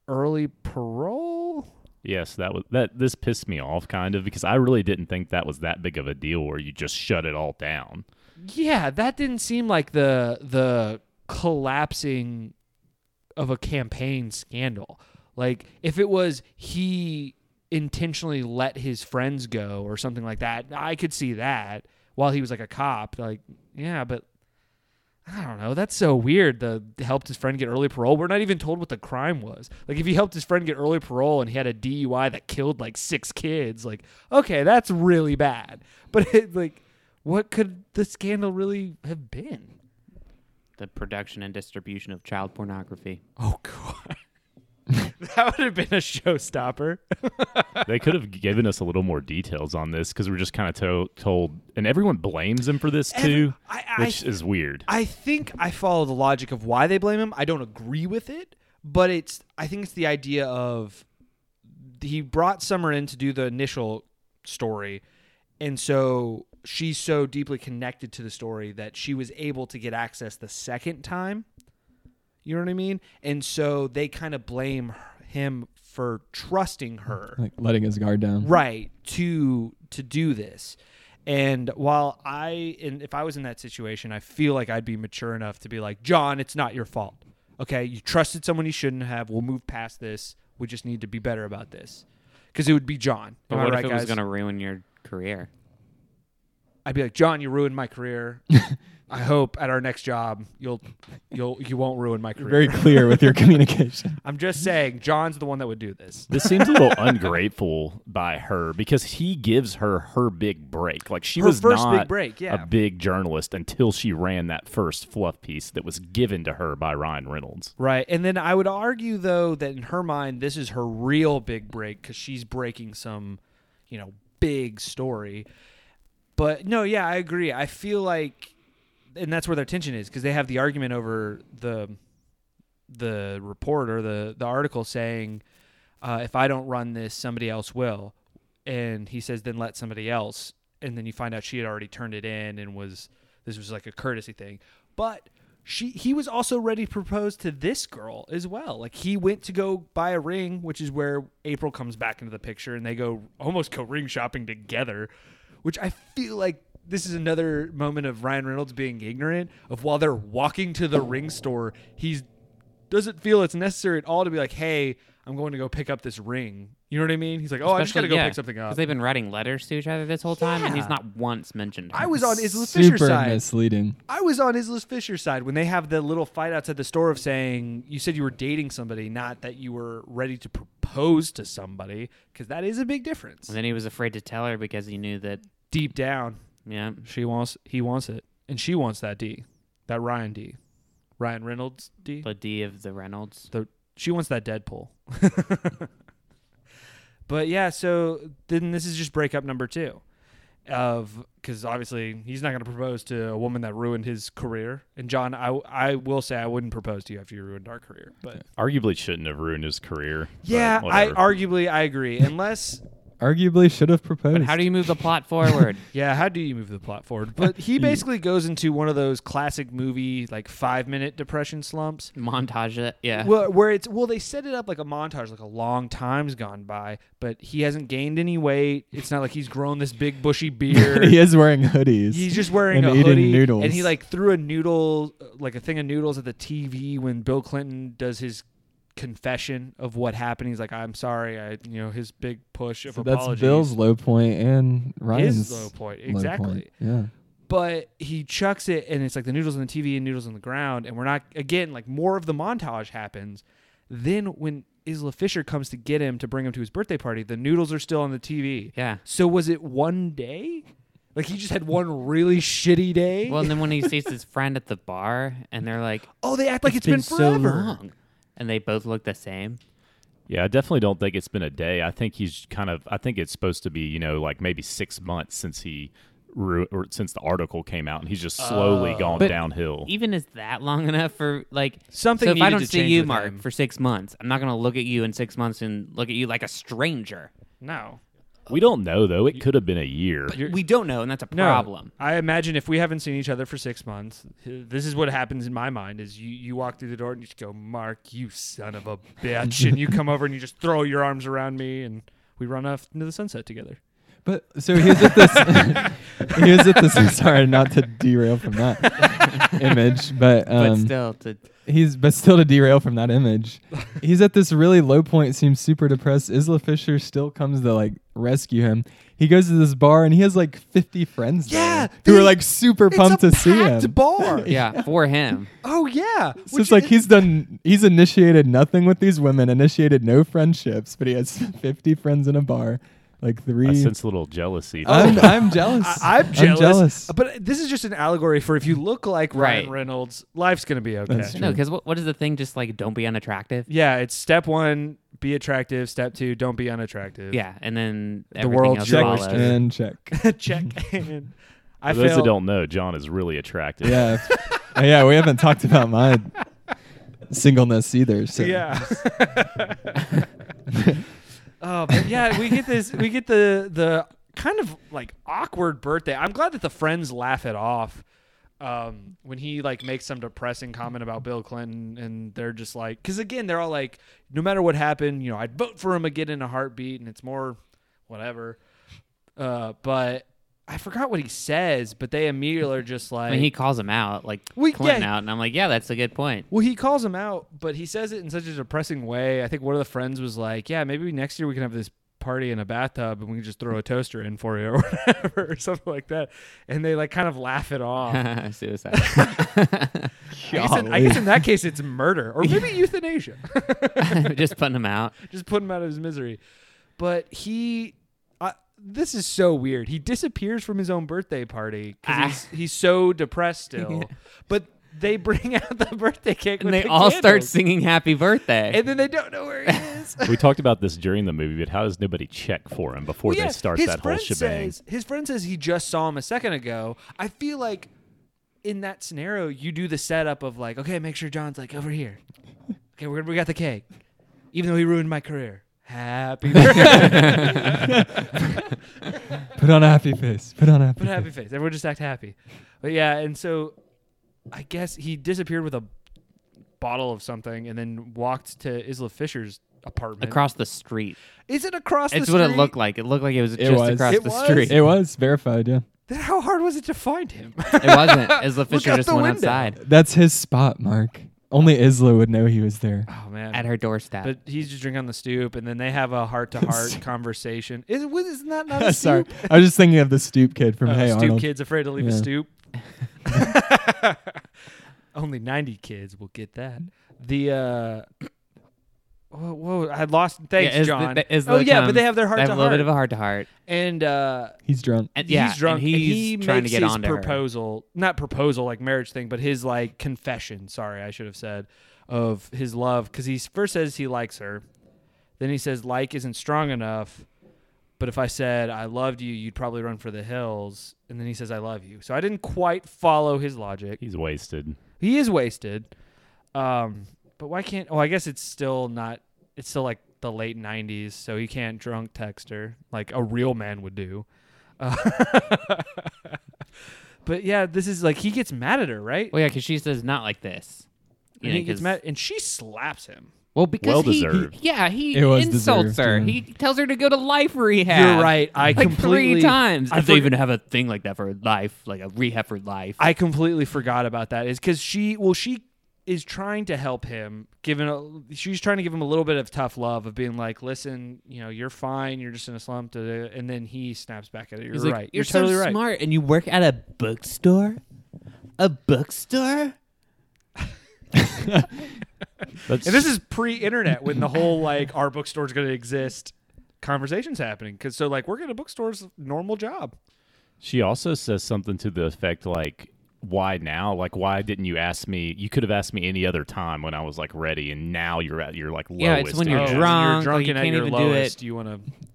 Speaker 1: early parole.
Speaker 4: Yes, that was that. This pissed me off kind of because I really didn't think that was that big of a deal where you just shut it all down.
Speaker 1: Yeah, that didn't seem like the the collapsing of a campaign scandal. Like if it was he intentionally let his friends go or something like that, I could see that while he was like a cop. Like, yeah, but I don't know. That's so weird. The helped his friend get early parole. We're not even told what the crime was. Like if he helped his friend get early parole and he had a DUI that killed like six kids, like okay, that's really bad. But it, like, what could the scandal really have been?
Speaker 2: The production and distribution of child pornography.
Speaker 1: Oh god, that would have been a showstopper.
Speaker 4: they could have given us a little more details on this because we're just kind of to- told, and everyone blames him for this too,
Speaker 1: I- I-
Speaker 4: which is weird.
Speaker 1: I think I follow the logic of why they blame him. I don't agree with it, but it's I think it's the idea of he brought Summer in to do the initial story, and so she's so deeply connected to the story that she was able to get access the second time. You know what I mean? And so they kind of blame him for trusting her
Speaker 3: like letting his guard down.
Speaker 1: right to to do this and while i and if i was in that situation i feel like i'd be mature enough to be like john it's not your fault okay you trusted someone you shouldn't have we'll move past this we just need to be better about this because it would be john
Speaker 2: But
Speaker 1: Am I
Speaker 2: what
Speaker 1: right,
Speaker 2: if it
Speaker 1: guys?
Speaker 2: was going to ruin your career?
Speaker 1: i'd be like john you ruined my career i hope at our next job you'll you'll you won't ruin my career
Speaker 3: Very clear with your communication.
Speaker 1: i'm just saying john's the one that would do this
Speaker 4: This seems a little ungrateful by her because he gives her her big break. Like she
Speaker 1: Her
Speaker 4: was
Speaker 1: first big
Speaker 4: not
Speaker 1: break, yeah.
Speaker 4: a big journalist until she ran that first fluff piece that was given to her by Ryan Reynolds.
Speaker 1: Right. And then I would argue though that in her mind this is her real big break cuz she's breaking some, you know, big story. But no, yeah, I agree. I feel like and that's where their tension is cuz they have the argument over the the report or the the article saying uh, if I don't run this, somebody else will. And he says, then let somebody else. And then you find out she had already turned it in and was this was like a courtesy thing. But she he was also ready to propose to this girl as well. Like he went to go buy a ring, which is where April comes back into the picture, and they go almost go ring shopping together, which I feel like this is another moment of Ryan Reynolds being ignorant of while they're walking to the ring store, he's doesn't feel it's necessary at all to be like, hey, I'm going to go pick up this ring. You know what I mean? He's like, oh, I just got to go pick something up.
Speaker 2: Because they've been writing letters to each other this whole time, and
Speaker 1: Yeah.
Speaker 2: he's not once mentioned.
Speaker 1: I
Speaker 2: her.
Speaker 1: was on Isla
Speaker 3: Super
Speaker 1: Fisher's side.
Speaker 3: misleading.
Speaker 1: I was on Isla Fisher's side when they have the little fight outside the store of saying you said you were dating somebody, not that you were ready to propose to somebody, because that is a big difference.
Speaker 2: And then he was afraid to tell her because he knew that,
Speaker 1: Deep down,
Speaker 2: yeah,
Speaker 1: she wants he wants it, and she wants that D, that Ryan D, Ryan Reynolds D.
Speaker 2: the D of the Reynolds.
Speaker 1: the she wants that Deadpool. but yeah, so then this is just breakup number two, of because obviously he's not going to propose to a woman that ruined his career. And John, I I will say I wouldn't propose to you after you ruined our career. But
Speaker 4: Arguably, shouldn't have ruined his career. but
Speaker 1: yeah, I
Speaker 4: whatever.
Speaker 1: arguably I agree. Unless
Speaker 3: Arguably should have proposed.
Speaker 2: But how do you move the plot forward?
Speaker 1: yeah, how do you move the plot forward? But he basically goes into one of those classic movie like five minute depression slumps.
Speaker 2: Montage it. Yeah.
Speaker 1: Well, where it's well, they set it up like a montage, like a long time's gone by, but he hasn't gained any weight. It's not like he's grown this big bushy beard.
Speaker 3: he is wearing hoodies.
Speaker 1: He's just wearing
Speaker 3: And
Speaker 1: a
Speaker 3: eating
Speaker 1: hoodie,
Speaker 3: noodles.
Speaker 1: and he like threw a noodle, like a thing of noodles, at the TV when Bill Clinton does his confession of what happened. He's like, "I'm sorry," I you know his big push of
Speaker 3: so that's
Speaker 1: apologies.
Speaker 3: Bill's low point and Ryan's
Speaker 1: low point,
Speaker 3: low
Speaker 1: exactly.
Speaker 3: point. Yeah.
Speaker 1: but he chucks it and it's like the noodles on the TV and noodles on the ground and we're not again like more of the montage happens then when Isla Fisher comes to get him to bring him to his birthday party the noodles are still on the TV
Speaker 2: Yeah.
Speaker 1: so was it one day like he just had one really shitty day
Speaker 2: Well, and then when he sees his friend at the bar, and they're like,
Speaker 1: oh they act like
Speaker 2: been,
Speaker 1: it's been
Speaker 2: so
Speaker 1: forever
Speaker 2: long," and they both look the same.
Speaker 4: Yeah, I definitely don't think it's been a day. I think he's kind of. I think it's supposed to be, you know, like maybe six months since he, ru- or since the article came out, and he's just slowly
Speaker 1: Uh,
Speaker 4: gone
Speaker 2: But
Speaker 4: downhill.
Speaker 2: Even is that long enough for like
Speaker 1: Something
Speaker 2: So if I
Speaker 1: needed
Speaker 2: don't
Speaker 1: to
Speaker 2: see
Speaker 1: change
Speaker 2: you,
Speaker 1: with
Speaker 2: Mark,
Speaker 1: him.
Speaker 2: for six months, I'm not gonna look at you in six months and look at you like a stranger.
Speaker 1: no
Speaker 4: we don't know though. It could have been a year.
Speaker 2: we don't know, and that's a
Speaker 1: no
Speaker 2: problem.
Speaker 1: I imagine if we haven't seen each other for six months this is what happens in my mind is you you walk through the door and you just go Mark you son of a bitch and you come over and you just throw your arms around me and we run off into the sunset together
Speaker 3: But so here's what this here's what this. Sorry, not to derail from that image, but um,
Speaker 2: but still, to,
Speaker 3: he's but still to derail from that image. He's at this really low point. Seems super depressed. Isla Fisher still comes to like rescue him. He goes to this bar and he has like 50 friends.
Speaker 1: Yeah,
Speaker 3: there who
Speaker 1: they-
Speaker 3: are like super
Speaker 1: it's
Speaker 3: pumped
Speaker 1: a
Speaker 3: to see him.
Speaker 1: packed bar.
Speaker 2: yeah, for him.
Speaker 1: Oh yeah.
Speaker 3: So it's like he's done. He's initiated nothing with these women. Initiated no friendships, but he has 50 friends in a bar. Like three.
Speaker 4: I sense a little jealousy.
Speaker 3: I'm, I'm jealous.
Speaker 1: I, am jealous, But this is just an allegory for if you look like Ryan
Speaker 2: Right.
Speaker 1: Reynolds, life's gonna be okay.
Speaker 3: That's
Speaker 2: No,
Speaker 3: True.
Speaker 2: because what, what is the thing? Just like don't be unattractive.
Speaker 1: Yeah, it's step one, be attractive. Step two, don't be unattractive.
Speaker 2: Yeah, and then everything
Speaker 1: world's
Speaker 2: else
Speaker 1: your
Speaker 3: check
Speaker 2: follows.
Speaker 3: and check.
Speaker 1: check. And I
Speaker 4: For those
Speaker 1: fail.
Speaker 4: that don't know, John is really attractive.
Speaker 3: Yeah. Uh, yeah, we haven't talked about my singleness either. So
Speaker 1: Yeah. oh, but yeah, we get this. We get the the kind of like awkward birthday. I'm glad that the friends laugh it off um, when he like makes some depressing comment about Bill Clinton, and they're just like, because again, they're all like, no matter what happened, you know, I'd vote for him again in a heartbeat, and it's more whatever. Uh, but I forgot what he says, but they immediately are just like,
Speaker 2: I mean, he calls him out, like
Speaker 1: We-
Speaker 2: Clinton
Speaker 1: yeah.
Speaker 2: out, and I'm like, yeah, that's a good point.
Speaker 1: Well, he calls him out, but he says it in such a depressing way. I think one of the friends was like, "Yeah, maybe next year we can have this party in a bathtub and we can just throw a toaster in for you or whatever or something like that." And they like kind of laugh it off.
Speaker 2: Suicide.
Speaker 1: I, guess in, I guess in that case it's murder or maybe euthanasia.
Speaker 2: Just putting him out.
Speaker 1: just put him out of his misery. But he I this is so weird. He disappears from his own birthday party cuz
Speaker 2: Ah.
Speaker 1: he's he's so depressed still. But they bring out the birthday cake
Speaker 2: And
Speaker 1: with
Speaker 2: they
Speaker 1: the
Speaker 2: all start
Speaker 1: candles.
Speaker 2: singing Happy Birthday.
Speaker 1: and then they don't know where he is.
Speaker 4: We talked about this during the movie, but how does nobody check for him before
Speaker 1: Well, yeah,
Speaker 4: they start
Speaker 1: his
Speaker 4: that whole
Speaker 1: friend
Speaker 4: shebang?
Speaker 1: Says, his friend says he just saw him a second ago. I feel like in that scenario, you do the setup of like, okay, make sure John's like over here. Okay, we're, we got the cake, even though he ruined my career. Happy birthday.
Speaker 3: Put on a happy face. Put on a happy
Speaker 1: Put a happy
Speaker 3: face.
Speaker 1: face. Everyone just act happy. But yeah, and so I guess he disappeared with a bottle of something and then walked to Isla Fisher's apartment.
Speaker 2: across the street.
Speaker 1: Is it across the
Speaker 2: It's
Speaker 1: street?
Speaker 2: what it looked like. It looked like it was just
Speaker 3: was.
Speaker 2: across
Speaker 1: It
Speaker 2: the
Speaker 1: was?
Speaker 2: street.
Speaker 3: It was verified, yeah.
Speaker 1: Then how hard was it to find him?
Speaker 2: It wasn't. Isla Fisher
Speaker 1: out
Speaker 2: just
Speaker 1: the
Speaker 2: went
Speaker 1: window.
Speaker 2: outside
Speaker 3: That's his spot, Mark. Only Isla would know he was there.
Speaker 1: oh man.
Speaker 2: at her doorstep.
Speaker 1: But he's just drinking on the stoop, and then they have a heart to heart conversation. Is was- isn't that not a
Speaker 3: Sorry.
Speaker 1: stoop?
Speaker 3: I was just thinking of the stoop kid from
Speaker 1: Uh,
Speaker 3: Hey
Speaker 1: stoop
Speaker 3: Arnold.
Speaker 1: kids afraid to leave a
Speaker 3: Yeah.
Speaker 1: stoop. Only ninety kids will get that. The uh, whoa, whoa I lost. Thanks,
Speaker 2: yeah, Isla-
Speaker 1: John.
Speaker 2: th- Isla
Speaker 1: oh yeah, but
Speaker 2: comes-
Speaker 1: they have their heart
Speaker 2: um, They have
Speaker 1: to
Speaker 2: a little
Speaker 1: heart,
Speaker 2: bit of a heart to heart.
Speaker 1: and uh,
Speaker 3: He's drunk.
Speaker 2: And, yeah,
Speaker 1: he's drunk.
Speaker 2: And he's
Speaker 1: he
Speaker 2: trying
Speaker 1: makes
Speaker 2: to get
Speaker 1: his
Speaker 2: on to her.
Speaker 1: proposal, not proposal like marriage thing, but his like confession. Sorry, I should have said of his love because he first says he likes her, then he says like isn't strong enough. But if I said I loved you, you'd probably run for the hills. And then he says I love you. So I didn't quite follow his logic.
Speaker 4: He's wasted.
Speaker 1: He is wasted. Um, but why can't? Oh, I guess it's still not. It's still like the late '90s, so he can't drunk text her like a real man would do. Uh, but yeah, this is like he gets mad at her, right?
Speaker 2: Well, yeah, because she says not like this. You
Speaker 1: and
Speaker 2: know,
Speaker 1: he gets
Speaker 2: 'cause-
Speaker 1: mad, and she slaps him.
Speaker 2: Well, because
Speaker 4: Well
Speaker 2: he,
Speaker 4: deserved.
Speaker 2: he- yeah, he
Speaker 3: It was
Speaker 2: insults
Speaker 3: deserved,
Speaker 2: her.
Speaker 3: yeah.
Speaker 2: He tells her to go to life rehab.
Speaker 1: You're right. I
Speaker 2: like
Speaker 1: completely
Speaker 2: three times.
Speaker 1: I
Speaker 2: if they
Speaker 1: forg-
Speaker 2: even have a thing like that for life, like a rehab for life.
Speaker 1: I completely forgot about that. Is because she well she is trying to help him, giving a, she's trying to give him a little bit of tough love of being like, listen, you know, you're fine, you're just in a slump, da, da, da," and then he snaps back at it. You're
Speaker 2: He's
Speaker 1: right,
Speaker 2: like,
Speaker 1: you're,
Speaker 2: so
Speaker 1: totally right.
Speaker 2: smart, and you work at a bookstore. A bookstore.
Speaker 4: That's,
Speaker 1: And this is pre-internet when the whole like our bookstore's going to exist conversations happening because so like working at a bookstore's normal job.
Speaker 4: she also says something to the effect like, "Why now? Like, why didn't you ask me? You could have asked me any other time when I was like ready, and now you're at your like lowest."
Speaker 2: Yeah, it's when you're
Speaker 4: again."
Speaker 2: drunk.
Speaker 1: Oh, you're
Speaker 2: like,
Speaker 1: drunk
Speaker 2: you
Speaker 1: and at
Speaker 2: can't
Speaker 1: your
Speaker 2: even do
Speaker 1: lowest.
Speaker 2: it.
Speaker 1: You want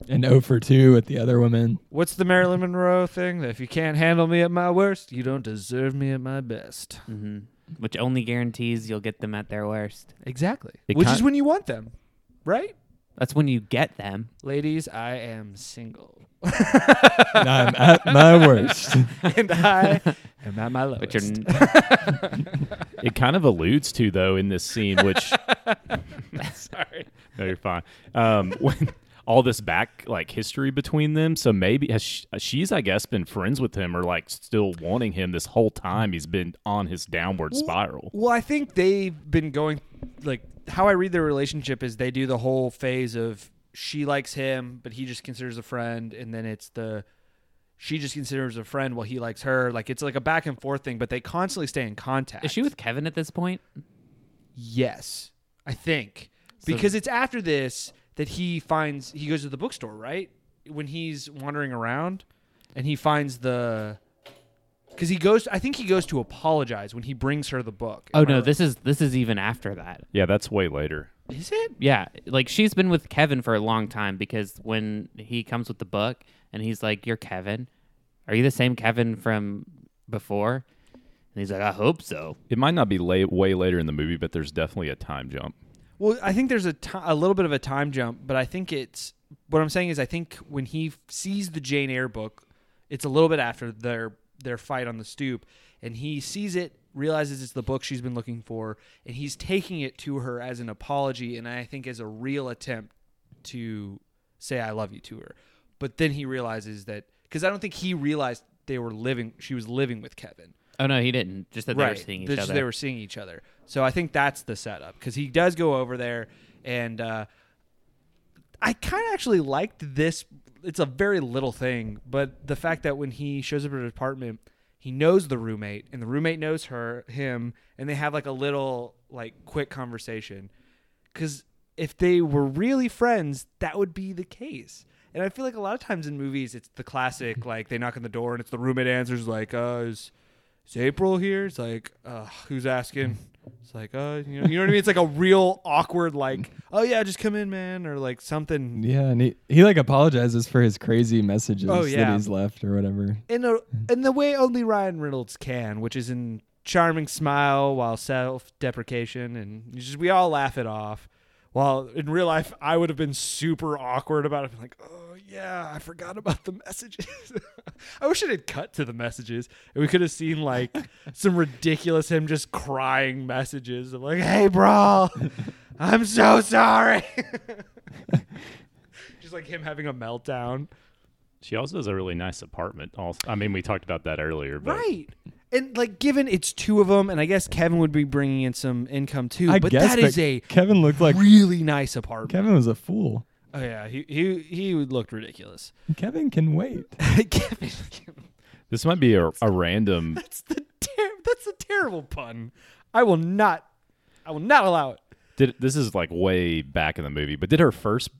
Speaker 1: to.
Speaker 3: And 0 for 2 with the other women.
Speaker 1: What's the Marilyn Monroe thing? If you can't handle me at my worst, you don't deserve me at my best.
Speaker 2: hmm Which only guarantees you'll get them at their worst.
Speaker 1: Exactly.
Speaker 4: It
Speaker 1: Which
Speaker 4: kin-
Speaker 1: is when you want them, right?
Speaker 2: That's when you get them.
Speaker 1: Ladies, I am single.
Speaker 3: And I'm at my worst.
Speaker 1: and I am at my lowest.
Speaker 2: But you're n-
Speaker 4: It kind of alludes to though in this scene, which
Speaker 1: Sorry.
Speaker 4: no, you're fine. Um, when all this back like history between them. So maybe has sh uh, she's I guess been friends with him or like still wanting him this whole time. He's been on his downward spiral.
Speaker 1: Well, I think they've been going like how I read their relationship is they do the whole phase of she likes him, but he just considers a friend, and then it's the she just considers a friend while he likes her. Like it's like a back and forth thing, but they constantly stay in contact.
Speaker 2: Is she with Kevin at this point?
Speaker 1: Yes, I think because it's after this that he finds he goes to the bookstore, right? When he's wandering around, and he finds the because he goes. I think he goes to apologize when he brings her the book.
Speaker 2: Oh
Speaker 1: Am I
Speaker 2: no,
Speaker 1: right?
Speaker 2: this is this is even after that.
Speaker 4: Yeah, that's way later.
Speaker 1: is it.
Speaker 2: Yeah, like she's been with Kevin for a long time because when he comes with the book and he's like, "You're Kevin. Are you the same Kevin from before?" And he's like, "I hope so."
Speaker 4: It might not be la- way later in the movie, but there's definitely a time jump.
Speaker 1: Well, I think there's a ti- a little bit of a time jump, but I think it's what I'm saying is I think when he f- sees the Jane Eyre book, it's a little bit after their their fight on the stoop, and he sees it, realizes it's the book she's been looking for, and he's taking it to her as an apology, and I think as a real attempt to say I love you to her. But then he realizes that because I don't think he realized they were living, she was living with Kevin
Speaker 2: Oh no, he didn't. Just that they were seeing each
Speaker 1: this-
Speaker 2: other.
Speaker 1: They were seeing each other. So I think that's the setup because he does go over there, and uh, I kind of actually liked this. It's a very little thing, but the fact that when he shows up at her apartment, he knows the roommate, and the roommate knows her, him, and they have like a little like quick conversation. Because if they were really friends, that would be the case. And I feel like a lot of times in movies, it's the classic like they knock on the door and it's the roommate answers like, "Uh, is is April here? It's like, uh, who's asking? It's like, uh, you know, you know what I mean? It's like a real awkward, like, oh yeah, just come in, man, or like something.
Speaker 3: Yeah, and he, he like apologizes for his crazy messages
Speaker 1: Oh, yeah.
Speaker 3: that he's left or whatever.
Speaker 1: In a in the way only Ryan Reynolds can, which is in charming smile while self-deprecation, and you just we all laugh it off. While in real life, I would have been super awkward about it, like, oh yeah, I forgot about the messages. I wish it had cut to the messages, and we could have seen like some ridiculous him just crying messages of like, "Hey, bro, I'm so sorry." just like him having a meltdown.
Speaker 4: She also has a really nice apartment. Also, I mean, we talked about that earlier, but
Speaker 1: Right. And like, given it's two of them, and I guess Kevin would be bringing in some income too.
Speaker 3: I
Speaker 1: but
Speaker 3: guess
Speaker 1: that
Speaker 3: but
Speaker 1: is a
Speaker 3: Kevin looked like
Speaker 1: really nice apartment.
Speaker 3: Kevin was a fool.
Speaker 1: Oh yeah, he he he looked ridiculous.
Speaker 3: Kevin can wait.
Speaker 1: Kevin,
Speaker 4: this might be a, a random
Speaker 1: that's the ter- that's a terrible pun. I will not, I will not allow it.
Speaker 4: Did this is like way back in the movie, but did her first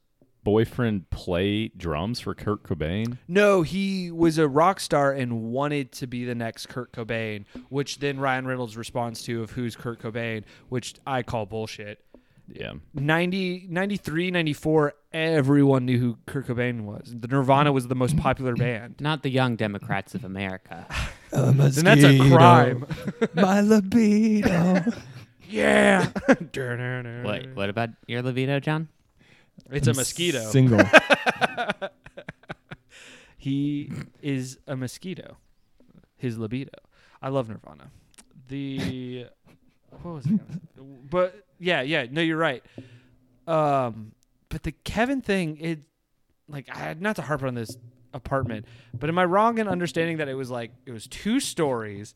Speaker 4: boyfriend play drums for Kurt Cobain?
Speaker 1: No, he was a rock star and wanted to be the next Kurt Cobain, which then Ryan Reynolds responds to of who's Kurt Cobain, which I call bullshit.
Speaker 4: Yeah.
Speaker 1: 90, 93, 94, everyone knew who Kurt Cobain was. The Nirvana was the most popular band.
Speaker 2: Not the young Democrats of America.
Speaker 1: And that's a crime.
Speaker 3: My libido.
Speaker 1: yeah.
Speaker 2: what? What about your libido, John?
Speaker 1: It's a mosquito.
Speaker 3: Single.
Speaker 1: he is a mosquito. His libido. I love Nirvana. The what was it? But yeah, yeah. No, you're right. Um, but the Kevin thing, it like I not to harp on this apartment, but am I wrong in understanding that it was like it was two stories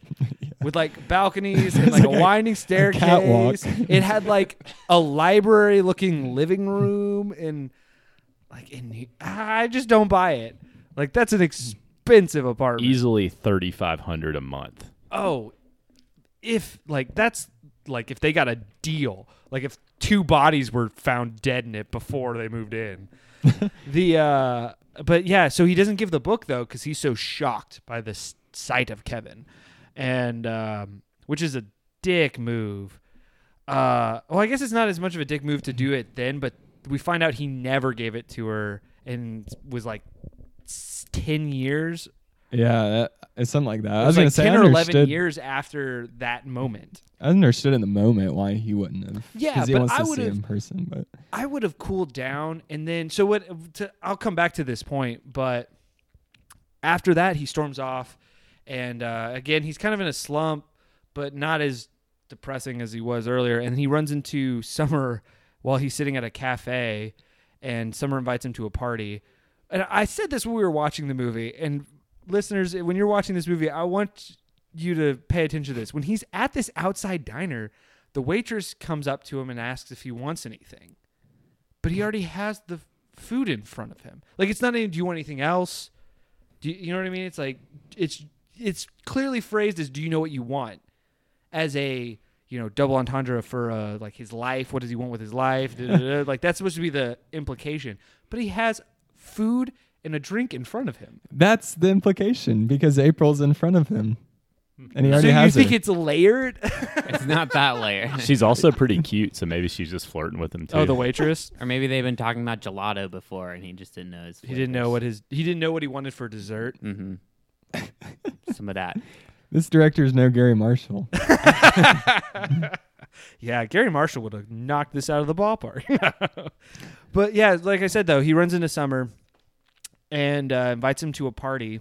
Speaker 1: with like balconies and like, a winding staircase?
Speaker 3: catwalk.
Speaker 1: It had like a library looking living room and like in he- I just don't buy it. Like that's an expensive apartment.
Speaker 4: Easily thirty five hundred a month.
Speaker 1: Oh, if like that's like if they got a deal, like if two bodies were found dead in it before they moved in. the uh but yeah, so he doesn't give the book though cuz he's so shocked by the s- sight of Kevin. And um which is a dick move. Uh well, I guess it's not as much of a dick move to do it then, but we find out he never gave it to her and was like s- 10 years
Speaker 3: yeah, that, it's something like that. I
Speaker 1: it
Speaker 3: was,
Speaker 1: was,
Speaker 3: gonna
Speaker 1: like
Speaker 3: say
Speaker 1: ten
Speaker 3: I
Speaker 1: or eleven
Speaker 3: understood.
Speaker 1: years after that moment.
Speaker 3: I understood in the moment why he wouldn't have.
Speaker 1: Yeah,
Speaker 3: 'cause he
Speaker 1: but
Speaker 3: wants
Speaker 1: I
Speaker 3: to see
Speaker 1: would've-
Speaker 3: him in person. But
Speaker 1: I would have cooled down, and then so what? To, I'll come back to this point, but after that, he storms off, and uh, again, he's kind of in a slump, but not as depressing as he was earlier. And he runs into Summer while he's sitting at a cafe, and Summer invites him to a party. And I said this when we were watching the movie, and listeners, when you're watching this movie, I want you to pay attention to this. When he's at this outside diner, the waitress comes up to him and asks if he wants anything, but he already has the food in front of him. Like it's not any. Do you want anything else? Do you, you know what I mean? It's like it's it's clearly phrased as "Do you know what you want?" as a you know double entendre for uh, like his life. What does he want with his life? Da, da, da, da. like that's supposed to be the implication. But he has food and a drink in front of him.
Speaker 3: That's the implication because April's in front of him, and he already
Speaker 1: so you
Speaker 3: has
Speaker 1: think
Speaker 3: her.
Speaker 1: it's layered?
Speaker 2: It's not that layer.
Speaker 4: She's also pretty cute, so maybe she's just flirting with him too.
Speaker 1: oh, the waitress.
Speaker 2: or maybe they've been talking about gelato before, and he just didn't know. His
Speaker 1: He didn't know what his he didn't know what he wanted for dessert.
Speaker 2: Mm-hmm. Some of that.
Speaker 3: this director is no Gary Marshall.
Speaker 1: Yeah, Gary Marshall would have knocked this out of the ballpark. but yeah, like I said though, he runs into Summer and uh, invites him to a party,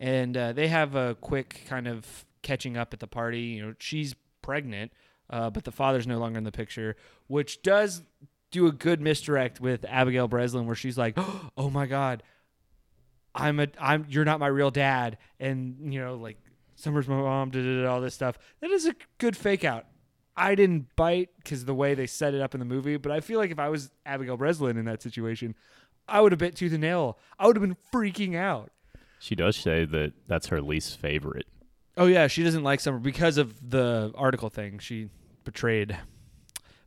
Speaker 1: and uh, they have a quick kind of catching up at the party. You know, she's pregnant, uh, but the father's no longer in the picture, which does do a good misdirect with Abigail Breslin, where she's like, "Oh my God, I'm a I'm you're not my real dad," and you know like Summer's my mom, da, da, da, all this stuff. That is a good fake out. I didn't bite because the way they set it up in the movie, but I feel like if I was Abigail Breslin in that situation, I would have bit tooth and nail. I would have been freaking out.
Speaker 4: she does say that that's her least favorite.
Speaker 1: Oh yeah, she doesn't like Summer because of the article thing. She betrayed,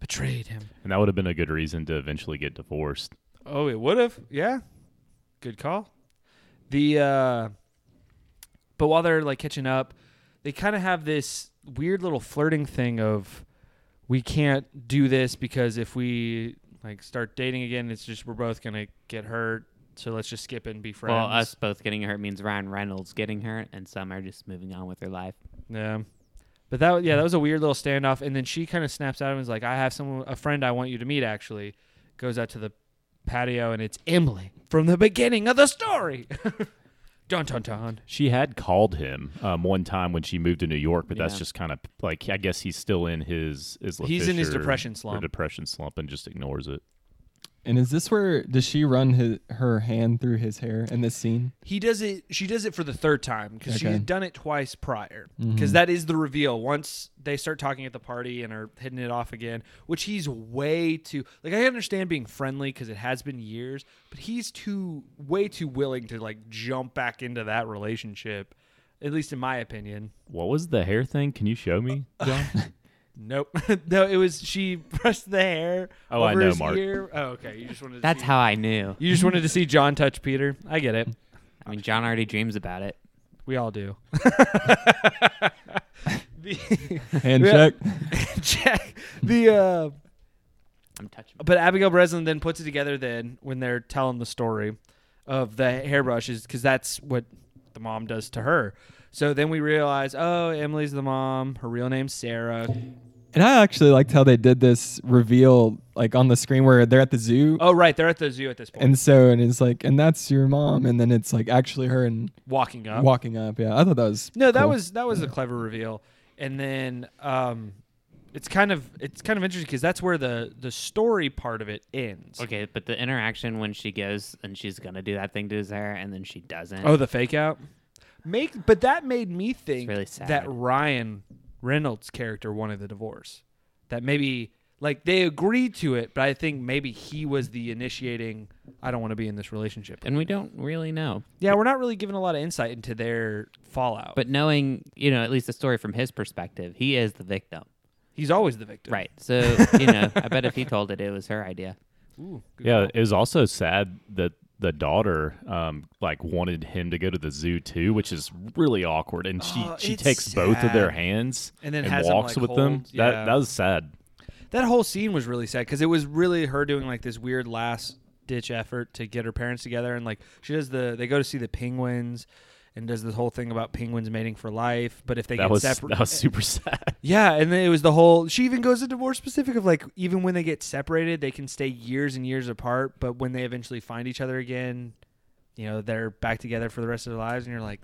Speaker 1: betrayed him.
Speaker 4: And that would have been a good reason to eventually get divorced.
Speaker 1: Oh, it would have. Yeah. Good call. The uh but while they're like catching up, they kind of have this weird little flirting thing of we can't do this because if we like start dating again, it's just we're both going to get hurt. So let's just skip it and be friends.
Speaker 2: Well, us both getting hurt means Ryan Reynolds getting hurt, and some are just moving on with their life.
Speaker 1: Yeah. But that yeah, that was a weird little standoff and then she kind of snaps out and is like, "I have someone a friend I want you to meet actually." Goes out to the patio and it's Emily from the beginning of the story. dun dun dun.
Speaker 4: She had called him um, one time when she moved to New York, but that's
Speaker 2: Yeah.
Speaker 4: just kind of like I guess he's still in his Isla
Speaker 1: He's in his
Speaker 4: Fisher
Speaker 1: depression
Speaker 4: or
Speaker 1: slump.
Speaker 4: depression slump, and just ignores it.
Speaker 3: And is this where does she run his, her hand through his hair in this scene?
Speaker 1: He does it she does it for the third time because she
Speaker 3: Okay.
Speaker 1: had done it twice prior.
Speaker 2: Mm-hmm.
Speaker 1: Because is the reveal. Once they start talking at the party and are hitting it off again, which he's way too like I understand being friendly because it has been years, but he's too way too willing to like jump back into that relationship. At least in my opinion.
Speaker 4: What was the hair thing? Can you show me? John?
Speaker 1: Nope. no, it was she brushed the hair.
Speaker 4: Oh, I
Speaker 1: over
Speaker 4: know,
Speaker 1: his
Speaker 4: Mark.
Speaker 1: ear. Oh, okay. You just wanted to
Speaker 2: That's
Speaker 1: see-
Speaker 2: how I knew.
Speaker 1: you just wanted to see John touch Peter. I get it.
Speaker 2: I mean, John already dreams about it.
Speaker 1: We all do. the
Speaker 3: Hand
Speaker 1: Yeah.
Speaker 3: check.
Speaker 1: Jack, the uh,
Speaker 2: I'm touching.
Speaker 1: but Abigail Breslin then puts it together then when they're telling the story of the hairbrushes because that's what the mom does to her. So then we realize, oh, Emily's the mom. Her real name's Sarah.
Speaker 3: And I actually liked how they did this reveal like on the screen where they're at the zoo.
Speaker 1: Oh, right, they're at the zoo at this point.
Speaker 3: And so and it's like and that's your mom and then it's like actually her and
Speaker 1: walking up.
Speaker 3: walking up. Yeah. I thought that was
Speaker 1: No, that
Speaker 3: cool.
Speaker 1: was that was a clever reveal. And then um, it's kind of it's kind of interesting because that's where the the story part of it ends.
Speaker 2: Okay, but the interaction when she goes and she's gonna do that thing to his hair, and then she doesn't.
Speaker 1: Oh, the fake out. Make but that made me think
Speaker 2: really sad.
Speaker 1: that Ryan Reynolds' character wanted the divorce. That maybe like they agreed to it, but I think maybe he was the initiating. I don't want to be in this relationship.
Speaker 2: and we don't really know.
Speaker 1: Yeah, we're not really giving a lot of insight into their fallout.
Speaker 2: But knowing, you know, at least the story from his perspective, he is the victim,
Speaker 1: he's always the victim.
Speaker 2: right? So, you know, I bet if he told it, it was her idea.
Speaker 1: Ooh, good
Speaker 4: Yeah,
Speaker 1: call.
Speaker 4: it was also sad that the daughter um like wanted him to go to the zoo too, which is really awkward. And she
Speaker 1: Oh,
Speaker 4: she
Speaker 1: it's
Speaker 4: takes both of their
Speaker 1: sad.
Speaker 4: hands
Speaker 1: And then has him,
Speaker 4: walks
Speaker 1: like,
Speaker 4: with them.
Speaker 1: hold- yeah.
Speaker 4: That that was sad.
Speaker 1: That whole scene was really sad because it was really her doing like this weird last ditch effort to get her parents together, and like she does the they go to see the penguins, and does this whole thing about penguins mating for life. But if they
Speaker 4: That
Speaker 1: get
Speaker 4: was
Speaker 1: separate,
Speaker 4: that was super sad.
Speaker 1: yeah, and then it was the whole. She even goes into more specific of like even when they get separated, they can stay years and years apart, but when they eventually find each other again, you know they're back together for the rest of their lives, and you're like,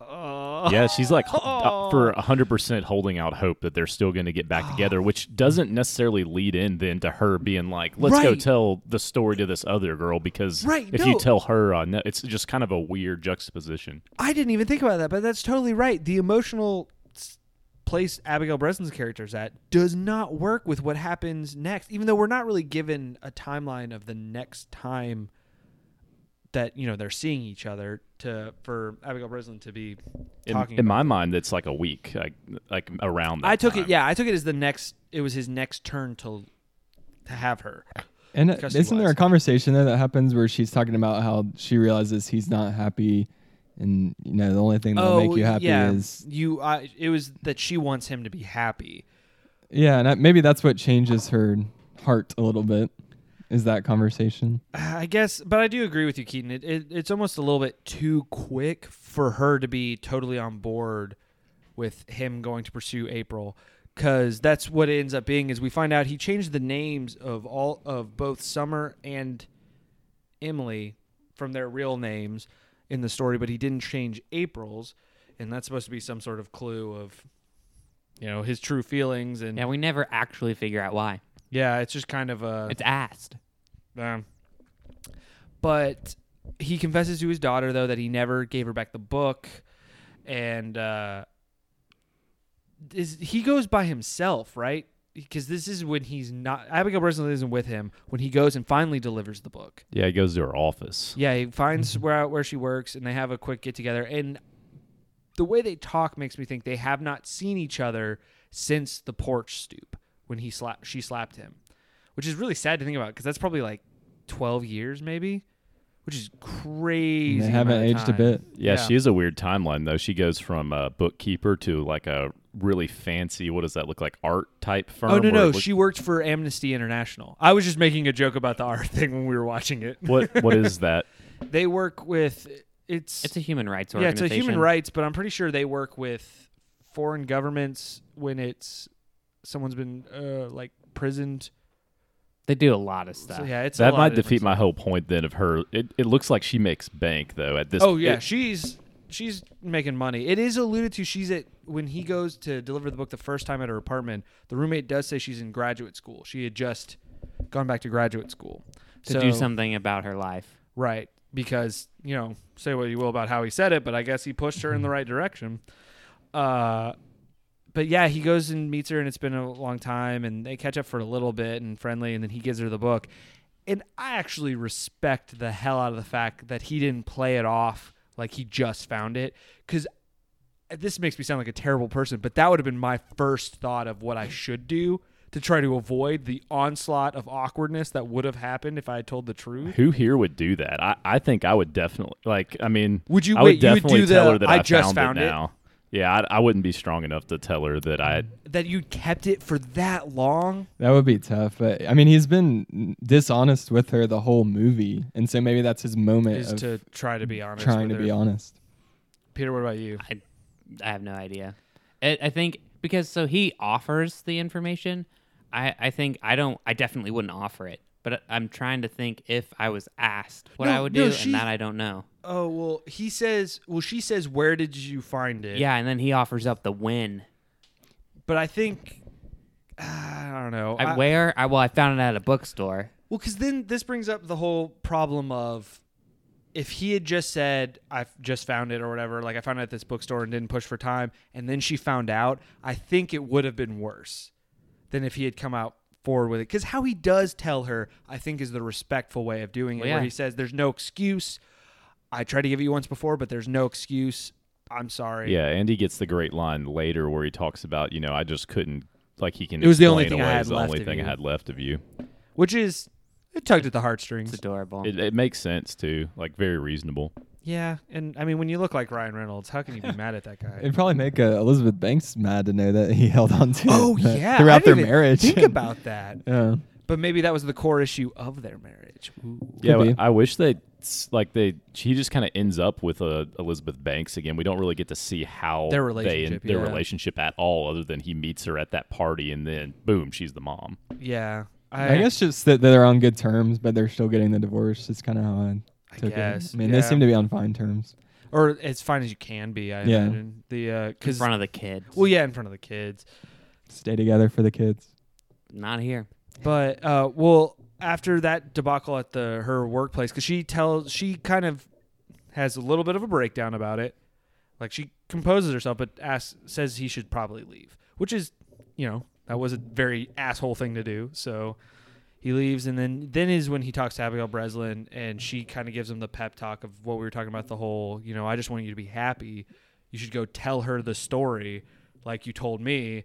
Speaker 1: oh,
Speaker 4: Yeah, she's like h- up for 100% holding out hope that they're still going to get back together,
Speaker 1: Oh.
Speaker 4: which doesn't necessarily lead in then to her being like, let's go
Speaker 1: Right.
Speaker 4: tell the story to this other girl because
Speaker 1: Right,
Speaker 4: if
Speaker 1: no.
Speaker 4: you tell her, uh, no, it's just kind of a weird juxtaposition.
Speaker 1: I didn't even think about that, but that's totally right. The emotional s- place Abigail Breslin's character is at does not work with what happens next, even though we're not really given a timeline of the next time that you know they're seeing each other to for Abigail Breslin to be
Speaker 4: In,
Speaker 1: talking.
Speaker 4: in
Speaker 1: about
Speaker 4: my mind, it's like a week, like, like around that.
Speaker 1: I took
Speaker 4: time.
Speaker 1: it, yeah, I took it as the next. It was his next turn to to have her.
Speaker 3: And uh,
Speaker 1: Because she
Speaker 3: isn't there
Speaker 1: was.
Speaker 3: a conversation there that happens where she's talking about how she realizes he's not happy, and you know the only thing that'll make you happy
Speaker 1: Oh, yeah,
Speaker 3: is
Speaker 1: you. I it was that she wants him to be happy.
Speaker 3: yeah, and I, maybe that's what changes her heart a little bit. Is that conversation?
Speaker 1: I guess, but I do agree with you, Keaton. It, it it's almost a little bit too quick for her to be totally on board with him going to pursue April, because that's what it ends up being. Is we find out he changed the names of all of both Summer and Emily from their real names in the story, but he didn't change April's, and that's supposed to be some sort of clue of, you know, his true feelings. And
Speaker 2: Yeah, we never actually figure out why.
Speaker 1: yeah, it's just kind of a
Speaker 2: It's asked.
Speaker 1: um, but he confesses to his daughter though that he never gave her back the book, and uh, is he goes by himself, right? Because this is when he's not Abigail Breslin isn't with him when he goes and finally delivers the book.
Speaker 4: Yeah, it goes to her office.
Speaker 1: Yeah, he
Speaker 3: Mm-hmm.
Speaker 1: finds where where she works, and they have a quick get together. And the way they talk makes me think they have not seen each other since the porch stoop when he slapped she slapped him, which is really sad to think about because that's probably like twelve years maybe, which is crazy.
Speaker 3: they haven't
Speaker 1: amount of
Speaker 3: aged a
Speaker 1: time.
Speaker 3: bit.
Speaker 4: Yeah,
Speaker 1: Yeah.
Speaker 4: she is a weird timeline though. She goes from a bookkeeper to like a really fancy. What does that look like? Art type firm.
Speaker 1: Oh no
Speaker 4: where it
Speaker 1: no,
Speaker 4: looks-
Speaker 1: she worked for Amnesty International. I was just making a joke about the art thing when we were watching it.
Speaker 4: What what is that?
Speaker 1: They work with it's
Speaker 2: It's a human rights
Speaker 1: yeah, it's
Speaker 2: organization.
Speaker 1: a human rights, but I'm pretty sure they work with foreign governments when it's someone's been uh, like prisoned.
Speaker 2: They do a lot of stuff.
Speaker 1: So yeah, it's a
Speaker 4: that
Speaker 1: lot
Speaker 4: might
Speaker 1: of different
Speaker 4: defeat my
Speaker 1: stuff.
Speaker 4: whole point then of her. It, it looks like she makes bank though at this.
Speaker 1: Oh yeah,
Speaker 4: it-
Speaker 1: she's she's making money. It is alluded to she's at when he goes to deliver the book the first time at her apartment. The roommate does say she's in graduate school. She had just gone back to graduate school
Speaker 2: To
Speaker 1: so,
Speaker 2: do something about her life.
Speaker 1: right because you know say what you will about how he said it, but I guess he pushed her in the right direction. Uh, but yeah, he goes and meets her, and it's been a long time, and they catch up for a little bit and friendly, and then he gives her the book. And I actually respect the hell out of the fact that he didn't play it off like he just found it, because this makes me sound like a terrible person, but that would have been my first thought of what I should do to try to avoid the onslaught of awkwardness that would have happened if I had told the truth.
Speaker 4: Who here would do that? I, I think I would definitely like. I mean,
Speaker 1: Would you-
Speaker 4: I would
Speaker 1: wait, you would
Speaker 4: definitely
Speaker 1: do
Speaker 4: tell
Speaker 1: the,
Speaker 4: her that
Speaker 1: "I
Speaker 4: I,
Speaker 1: just found it"?
Speaker 4: it now. Yeah, I, I wouldn't be strong enough to tell her that I.
Speaker 1: That you kept it for that long.
Speaker 3: That would be tough, but I mean, he's been dishonest with her the whole movie, and so maybe that's his moment
Speaker 1: is
Speaker 3: of
Speaker 1: to try to be honest.
Speaker 3: trying to
Speaker 1: with
Speaker 3: be
Speaker 1: her.
Speaker 3: honest.
Speaker 1: Peter, what about you?
Speaker 2: I, I have no idea. I, I think because so he offers the information. I, I think I don't. I definitely wouldn't offer it. But I- I'm trying to think if I was asked what I
Speaker 1: No,
Speaker 2: would
Speaker 1: no,
Speaker 2: do,
Speaker 1: she-
Speaker 2: and that I don't know.
Speaker 1: Oh well, he says. Well, she says, "Where did you find it?"
Speaker 2: Yeah, and then he offers up the when.
Speaker 1: but I think I don't know.
Speaker 2: I,
Speaker 1: I-
Speaker 2: where? I, well, I found it at a bookstore.
Speaker 1: well, because then this brings up the whole problem of if he had just said, "I've just found it" or whatever, like I found it at this bookstore and didn't push for time, and then she found out. I think it would have been worse than if he had come out forward with it. Because how he does tell her, I think, is the respectful way of doing it,
Speaker 2: Well,
Speaker 1: where
Speaker 2: yeah.
Speaker 1: he says, "There's no excuse." I tried to give it you once before, but there's no excuse. I'm sorry.
Speaker 4: Yeah, Andy gets the great line later where he talks about you know I just couldn't like he can.
Speaker 1: It was the only
Speaker 4: explain
Speaker 1: thing I
Speaker 4: away
Speaker 1: had
Speaker 4: is the
Speaker 1: left
Speaker 4: only
Speaker 1: of
Speaker 4: thing
Speaker 1: you.
Speaker 4: I had left of you.
Speaker 1: which is it tugged at the
Speaker 2: It's
Speaker 1: heartstrings.
Speaker 2: adorable.
Speaker 4: It, it makes sense too. Like very reasonable.
Speaker 1: Yeah, and I mean, when you look like Ryan Reynolds, how can you be mad at that guy?
Speaker 3: It'd probably make uh, Elizabeth Banks mad to know that he held on to
Speaker 1: oh
Speaker 3: it uh,
Speaker 1: yeah, I
Speaker 3: throughout
Speaker 1: didn't
Speaker 3: their
Speaker 1: even
Speaker 3: marriage.
Speaker 1: Think
Speaker 3: and-
Speaker 1: about that.
Speaker 3: yeah.
Speaker 1: But maybe that was the core issue of their marriage. Ooh.
Speaker 4: Yeah,
Speaker 3: Could be.
Speaker 4: I wish they like they. She just kind of ends up with uh, Elizabeth Banks again. We don't really get to see how
Speaker 1: Their relationship,
Speaker 4: they, their
Speaker 1: yeah.
Speaker 4: relationship at all, other than he meets her at that party and then boom, she's the mom.
Speaker 1: Yeah,
Speaker 3: I guess just that they're on good terms, but they're still getting the divorce. Is kind of how I,
Speaker 1: I
Speaker 3: took
Speaker 1: guess,
Speaker 3: it. I mean,
Speaker 1: yeah.
Speaker 3: they seem to be on fine terms.
Speaker 1: or as fine as you can be. I
Speaker 3: Yeah.
Speaker 1: imagine the
Speaker 2: in
Speaker 1: because
Speaker 2: front of the kids.
Speaker 1: well, yeah, in front of the kids.
Speaker 3: Stay together for the kids.
Speaker 2: not here.
Speaker 1: But uh, well, after that debacle at the her workplace, because she tells she kind of has a little bit of a breakdown about it. Like she composes herself, but asks, says he should probably leave, which is, you know, that was a very asshole thing to do. So he leaves, and then then is when he talks to Abigail Breslin, and she kind of gives him the pep talk of what we were talking about the whole, you know, I just want you to be happy. You should go tell her the story, like you told me.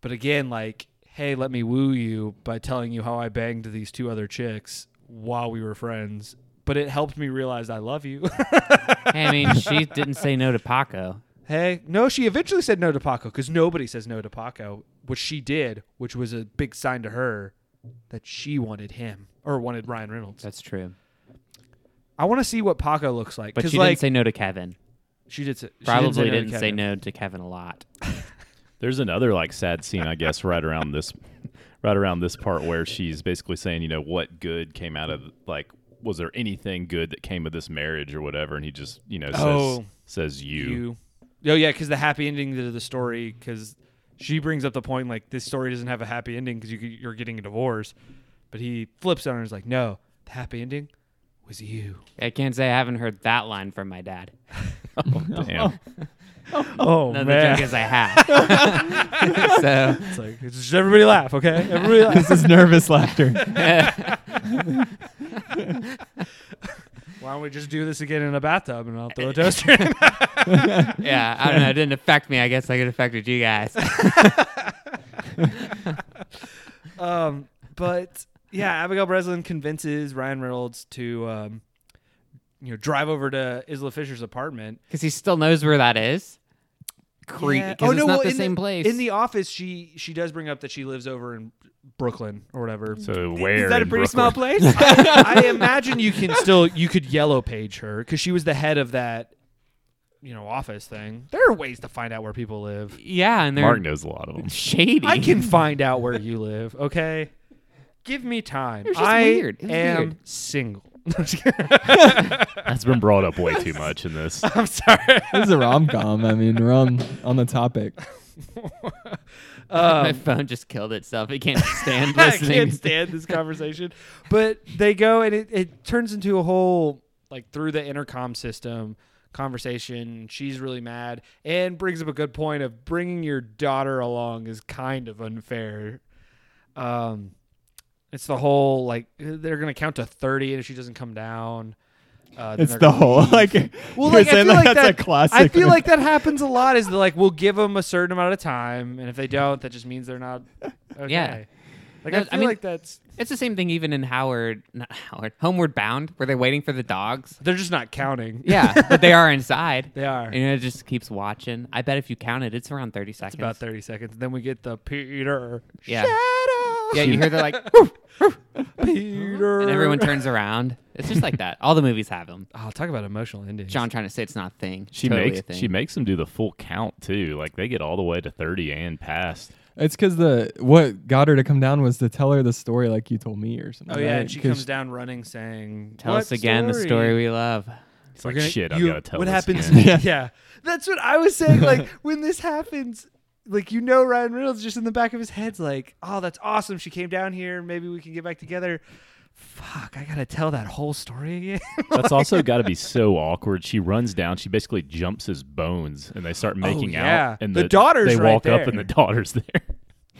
Speaker 1: But again, like, hey, let me woo you by telling you how I banged these two other chicks while we were friends. But it helped me realize I love you.
Speaker 2: Hey, I mean, she didn't say no to Paco.
Speaker 1: hey, no, she eventually said no to Paco because nobody says no to Paco, which she did, which was a big sign to her that she wanted him or wanted Ryan Reynolds.
Speaker 2: That's true.
Speaker 1: I want to see what Paco looks like.
Speaker 2: But
Speaker 1: 'cause,
Speaker 2: she
Speaker 1: like,
Speaker 2: didn't say no to Kevin.
Speaker 1: she did. Say, she
Speaker 2: Probably
Speaker 1: say no to
Speaker 2: didn't say
Speaker 1: Kevin.
Speaker 2: no to Kevin a lot.
Speaker 4: There's another like sad scene, I guess, right around this, right around this part where she's basically saying, you know, what good came out of like, was there anything good that came of this marriage or whatever? And he just, you know, says,
Speaker 1: Oh.
Speaker 4: says you.
Speaker 1: you. Oh yeah, because the happy ending to the story, because she brings up the point like this story doesn't have a happy ending because you, you're getting a divorce, but he flips on her and is like, no, the happy ending was you.
Speaker 2: I can't say I haven't heard that line from my dad.
Speaker 4: Damn.
Speaker 1: Oh
Speaker 2: No, the
Speaker 1: man,
Speaker 2: joke is I have. so
Speaker 1: it's like it's just everybody laugh, okay? Everybody laugh.
Speaker 3: this is nervous laughter.
Speaker 1: Why don't we just do this again in a bathtub and I'll throw a toaster? in?
Speaker 2: yeah, I don't know. It didn't affect me. I guess like it affected you guys.
Speaker 1: um, but yeah, Abigail Breslin convinces Ryan Reynolds to. Um, you know, drive over to Isla Fisher's apartment
Speaker 2: Because he still knows where that is. Creep.
Speaker 1: Yeah.
Speaker 2: Because it's not the
Speaker 1: Oh, in
Speaker 2: same place.
Speaker 1: In the office, she she does bring up that she lives over in Brooklyn or whatever.
Speaker 4: So where
Speaker 1: is that a
Speaker 4: in
Speaker 1: pretty small
Speaker 4: Brooklyn?
Speaker 1: place? I, I imagine you can still you could yellow page her because she was the head of that you know office thing. There are ways to find out where people live.
Speaker 2: yeah, and they're
Speaker 4: Mark knows a lot of them.
Speaker 2: shady.
Speaker 1: I can find out where you live. Okay, give me time.
Speaker 2: was just
Speaker 1: I
Speaker 2: weird. It was
Speaker 1: am
Speaker 2: weird.
Speaker 1: single.
Speaker 4: That's been brought up way too much in this.
Speaker 1: I'm sorry.
Speaker 3: this is a rom com. I mean, we're on, on the topic.
Speaker 2: My
Speaker 1: Um,
Speaker 2: phone just killed itself. It can't stand
Speaker 1: Oh. I
Speaker 2: listening.
Speaker 1: can't stand this conversation. But they go and it, it turns into a whole like through the intercom system conversation. She's really mad and brings up a good point of bringing your daughter along is kind of unfair. Um, it's the whole like they're gonna count to thirty and if she doesn't come down, uh, then
Speaker 3: It's
Speaker 1: they're
Speaker 3: the
Speaker 1: gonna
Speaker 3: whole
Speaker 1: leave.
Speaker 3: like. you're
Speaker 1: Well, like, I feel
Speaker 3: saying,
Speaker 1: like
Speaker 3: that's
Speaker 1: that,
Speaker 3: a classic.
Speaker 1: I feel like that happens a lot. Is that like we'll give them a certain amount of time, and if they don't, that just means they're not. Okay.
Speaker 2: Yeah.
Speaker 1: Like
Speaker 2: No,
Speaker 1: I
Speaker 2: I
Speaker 1: feel
Speaker 2: mean-
Speaker 1: like that's
Speaker 2: It's the same thing even in Howard, not Howard, Homeward Bound, where they're waiting for the dogs.
Speaker 1: they're just not counting.
Speaker 2: Yeah, but they are inside.
Speaker 1: They are.
Speaker 2: And it just keeps watching. I bet if you count it, it's around 30 seconds.
Speaker 1: About thirty seconds, then we get the Peter.
Speaker 2: Yeah.
Speaker 1: Shadow.
Speaker 2: Yeah, you hear they're like,
Speaker 1: Peter.
Speaker 2: and everyone turns around. It's just like that. All the movies have them.
Speaker 1: Oh, talk about emotional endings.
Speaker 2: John trying to say it's not a thing.
Speaker 4: She
Speaker 2: Totally a
Speaker 4: makes
Speaker 2: thing.
Speaker 4: she makes them do the full count too. Like they get all the way to thirty and past.
Speaker 3: it's because the what got her to come down was to tell her the story like you told me or something.
Speaker 1: Oh yeah,
Speaker 3: right?
Speaker 1: and she
Speaker 3: 'Cause
Speaker 1: comes down running, saying,
Speaker 2: Tell
Speaker 1: "What
Speaker 2: us again the story we love.
Speaker 4: It's like
Speaker 1: We're gonna-
Speaker 4: shit.
Speaker 1: you-
Speaker 4: I've got to tell
Speaker 1: What
Speaker 4: this
Speaker 1: happens?
Speaker 4: again.
Speaker 1: Yeah. that's what I was saying. Like when this happens, like you know, Ryan Reynolds just in the back of his head's like, "Oh, that's awesome. She came down here. Maybe we can get back together." Fuck, I gotta tell that whole story again.
Speaker 4: That's also got to be so awkward. She runs down. She basically jumps his bones, and they start making
Speaker 1: Oh, yeah.
Speaker 4: out. And
Speaker 1: The daughter's
Speaker 4: They
Speaker 1: right
Speaker 4: walk up,
Speaker 1: there.
Speaker 4: and the daughter's there.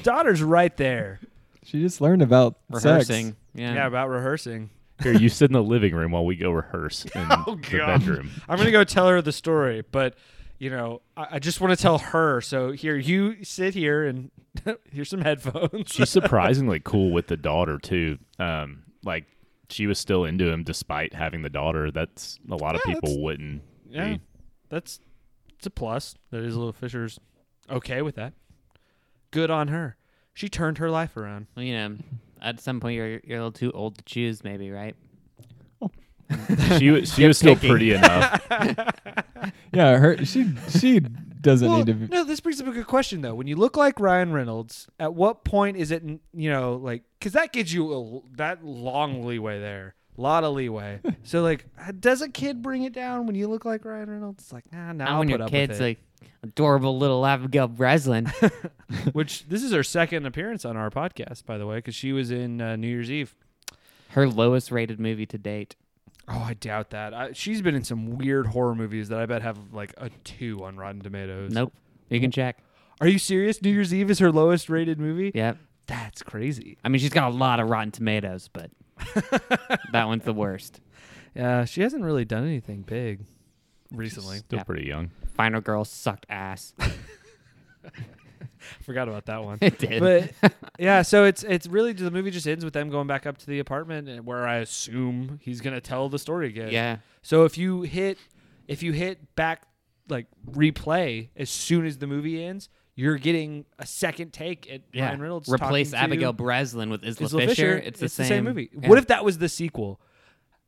Speaker 1: Daughter's right there.
Speaker 3: She just learned about
Speaker 2: Rehearsing.
Speaker 3: Sex.
Speaker 2: Yeah.
Speaker 1: Yeah, about rehearsing.
Speaker 4: Here, you sit in the living room while we go rehearse in
Speaker 1: Oh,
Speaker 4: the
Speaker 1: God.
Speaker 4: bedroom.
Speaker 1: I'm gonna go tell her the story, but you know, I, I just want to tell her. So here, you sit here and here's some headphones.
Speaker 4: She's surprisingly cool with the daughter too. Um, like she was still into him despite having the daughter. That's a lot of
Speaker 1: Yeah, that's-
Speaker 4: people wouldn't. be.
Speaker 1: Yeah, that's it's a plus that Isla Fisher's okay with that. Good on her. She turned her life around.
Speaker 2: Well, you know, at some point you're you're a little too old to choose, maybe, right?
Speaker 4: she was she was still pretty enough.
Speaker 3: Yeah, her she she doesn't
Speaker 1: Well,
Speaker 3: need to. Be,
Speaker 1: no, this brings up a good question though. When you look like Ryan Reynolds, at what point is it n- you know like because that gives you a, l- that long leeway there. lot of leeway. So like, uh, does a kid bring it down when you look like Ryan Reynolds? It's like, ah, no,
Speaker 2: Not
Speaker 1: I'll
Speaker 2: when
Speaker 1: put
Speaker 2: your
Speaker 1: up
Speaker 2: kid's
Speaker 1: with it.
Speaker 2: like adorable little Abigail Breslin.
Speaker 1: Which this is her second appearance on our podcast, by the way, because she was in uh, New Year's Eve.
Speaker 2: Her lowest rated movie to date.
Speaker 1: Oh, I doubt that. I, she's been in some weird horror movies that I bet have like a two on Rotten Tomatoes.
Speaker 2: Nope. You can check.
Speaker 1: Are you serious? New Year's Eve is her lowest rated movie.
Speaker 2: Yep.
Speaker 1: That's crazy.
Speaker 2: I mean, she's got a lot of Rotten Tomatoes, but that one's the worst.
Speaker 1: Yeah, she hasn't really done anything big recently.
Speaker 4: Still
Speaker 2: Yeah.
Speaker 4: pretty young.
Speaker 2: Final Girl sucked ass.
Speaker 1: Forgot about that one.
Speaker 2: It did.
Speaker 1: But yeah, so it's it's really the movie just ends with them going back up to the apartment and where I assume he's gonna tell the story again.
Speaker 2: yeah.
Speaker 1: So if you hit if you hit back like replay as soon as the movie ends, you're getting a second take at
Speaker 2: Yeah.
Speaker 1: Ryan Reynolds.
Speaker 2: Replace
Speaker 1: talking to
Speaker 2: Abigail Breslin with Isla,
Speaker 1: Isla
Speaker 2: Fisher.
Speaker 1: Fisher.
Speaker 2: It's, the, same,
Speaker 1: movie.
Speaker 2: yeah.
Speaker 1: What if that was the sequel?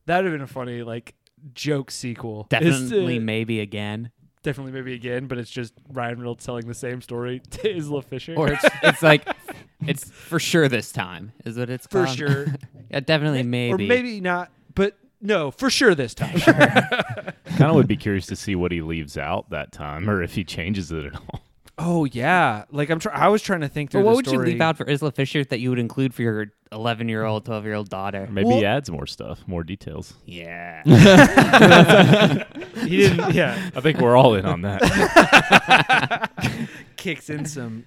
Speaker 1: That would have been a funny like joke sequel. It's, uh,
Speaker 2: Definitely, maybe again.
Speaker 1: definitely maybe again, but it's just Ryan Reynolds telling the same story to Isla Fisher.
Speaker 2: Or it's, it's like, it's for sure this time, is what it's
Speaker 1: for
Speaker 2: called.
Speaker 1: sure.
Speaker 2: yeah, definitely,
Speaker 1: Or
Speaker 2: maybe.
Speaker 1: maybe not, but no, for sure this time.
Speaker 4: kind of would be curious to see what he leaves out that time, or if he changes it at all.
Speaker 1: oh yeah, like I'm. Try- I was trying to think
Speaker 2: But
Speaker 1: through.
Speaker 2: what
Speaker 1: the
Speaker 2: would you
Speaker 1: story.
Speaker 2: leave out for Isla Fisher that you would include for your 11 year old, 12 year old daughter?
Speaker 4: Maybe
Speaker 1: Well-
Speaker 4: he adds more stuff, more details.
Speaker 2: Yeah.
Speaker 1: He didn't. Yeah,
Speaker 4: I think we're all in on that.
Speaker 1: kicks in some,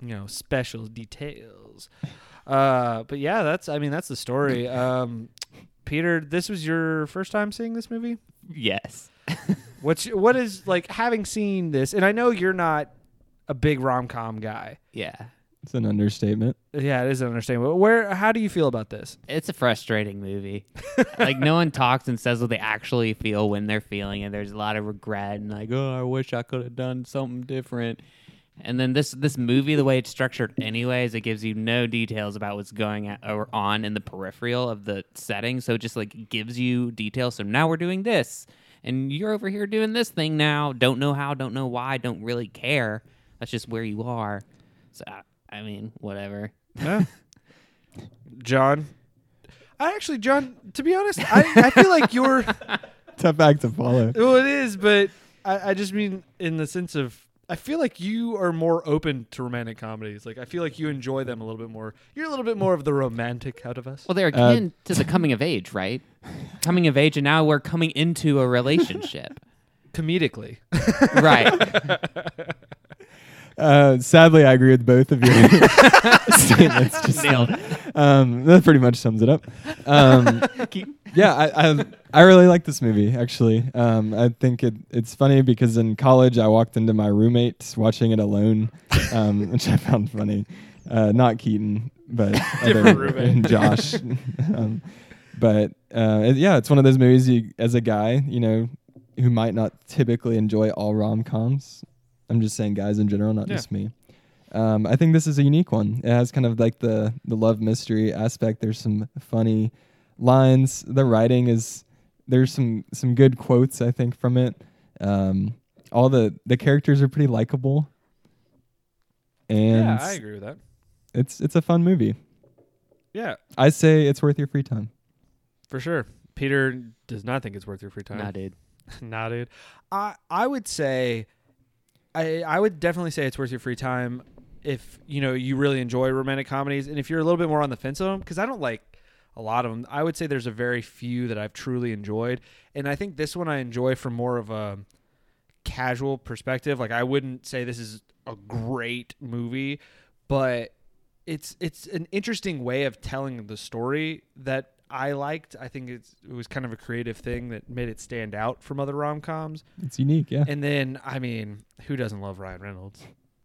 Speaker 1: you know, special details. Uh, but yeah, that's. I mean, that's the story. Um, Peter, this was your first time seeing this movie.
Speaker 2: yes.
Speaker 1: What's what is like having seen this, and I know you're not a big rom com guy.
Speaker 2: Yeah.
Speaker 3: It's an understatement.
Speaker 1: Yeah, it is an understatement. Where? How do you feel about this?
Speaker 2: It's a frustrating movie. like no one talks and says what they actually feel when they're feeling it. There's a lot of regret and like, oh, I wish I could have done something different. And then this this movie, the way it's structured, anyways, it gives you no details about what's going at, or on in the peripheral of the setting. So it just like gives you details. So now we're doing this, and you're over here doing this thing now. Don't know how, don't know why, don't really care. That's just where you are. So I, I mean, whatever.
Speaker 1: John. I actually, John. To be honest, I, I feel like you're.
Speaker 3: Tough act to follow.
Speaker 1: Well, it is, but I, I just mean in the sense of I feel like you are more open to romantic comedies. Like I feel like you enjoy them a little bit more. You're a little bit more of the romantic out of us.
Speaker 2: Well, they're
Speaker 3: Uh,
Speaker 2: akin to the coming of age, right? Coming of age, and now we're coming into a relationship,
Speaker 1: Comedically,
Speaker 2: right?
Speaker 3: Uh, sadly, I agree with both of your statements. Just
Speaker 2: Nailed it.
Speaker 3: um, that pretty much sums it up. Um, yeah, I, I I really like this movie actually. Um, I think it it's funny because in college I walked into my roommates watching it alone, um, which I found funny. Uh, not Keaton, but
Speaker 1: Different
Speaker 3: other-
Speaker 1: roommate.
Speaker 3: and Josh. um, but uh, it- yeah, it's one of those movies you as a guy, you know, who might not typically enjoy all rom coms. I'm just saying guys in general, not
Speaker 1: Yeah.
Speaker 3: just me. Um, I think this is a unique one. It has kind of like the the love mystery aspect. There's some funny lines. The writing is there's some some good quotes I think from it. Um, all the the characters are pretty likable, and
Speaker 1: yeah, I agree with that.
Speaker 3: it's it's a fun movie.
Speaker 1: Yeah,
Speaker 3: I say it's worth your free time.
Speaker 1: for sure. Peter does not think it's worth your free time.
Speaker 2: Nah, dude.
Speaker 1: nah, dude. I I would say, I I would definitely say it's worth your free time if you know you really enjoy romantic comedies, and if you're a little bit more on the fence on them, because I don't like a lot of them. I would say there's a very few that I've truly enjoyed, and I think this one I enjoy from more of a casual perspective. Like I wouldn't say this is a great movie, but it's it's an interesting way of telling the story that I liked. I think it's, it was kind of a creative thing that made it stand out from other rom coms.
Speaker 3: It's unique, yeah.
Speaker 1: And then, I mean, who doesn't love Ryan Reynolds?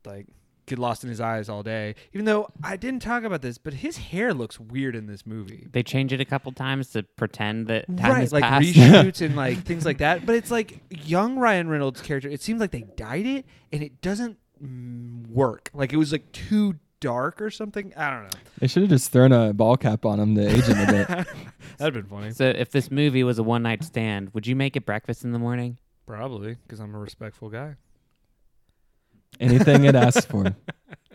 Speaker 1: Like, get lost in his eyes all day. Even though I didn't talk about this, but his hair looks weird in this movie.
Speaker 2: They change it a couple times to pretend that time
Speaker 1: right,
Speaker 2: has
Speaker 1: like
Speaker 2: passed.
Speaker 1: reshoots and like things like that. But it's like young Ryan Reynolds' character. It seems like they dyed it, and it doesn't mm, work. Like it was like too dark or something. I don't know.
Speaker 3: They should have just thrown a ball cap on him to age him a bit.
Speaker 1: That'd been funny.
Speaker 2: so, if this movie was a one night stand, would you make it breakfast in the morning?
Speaker 1: Probably because I'm a respectful guy.
Speaker 3: Anything it asks for.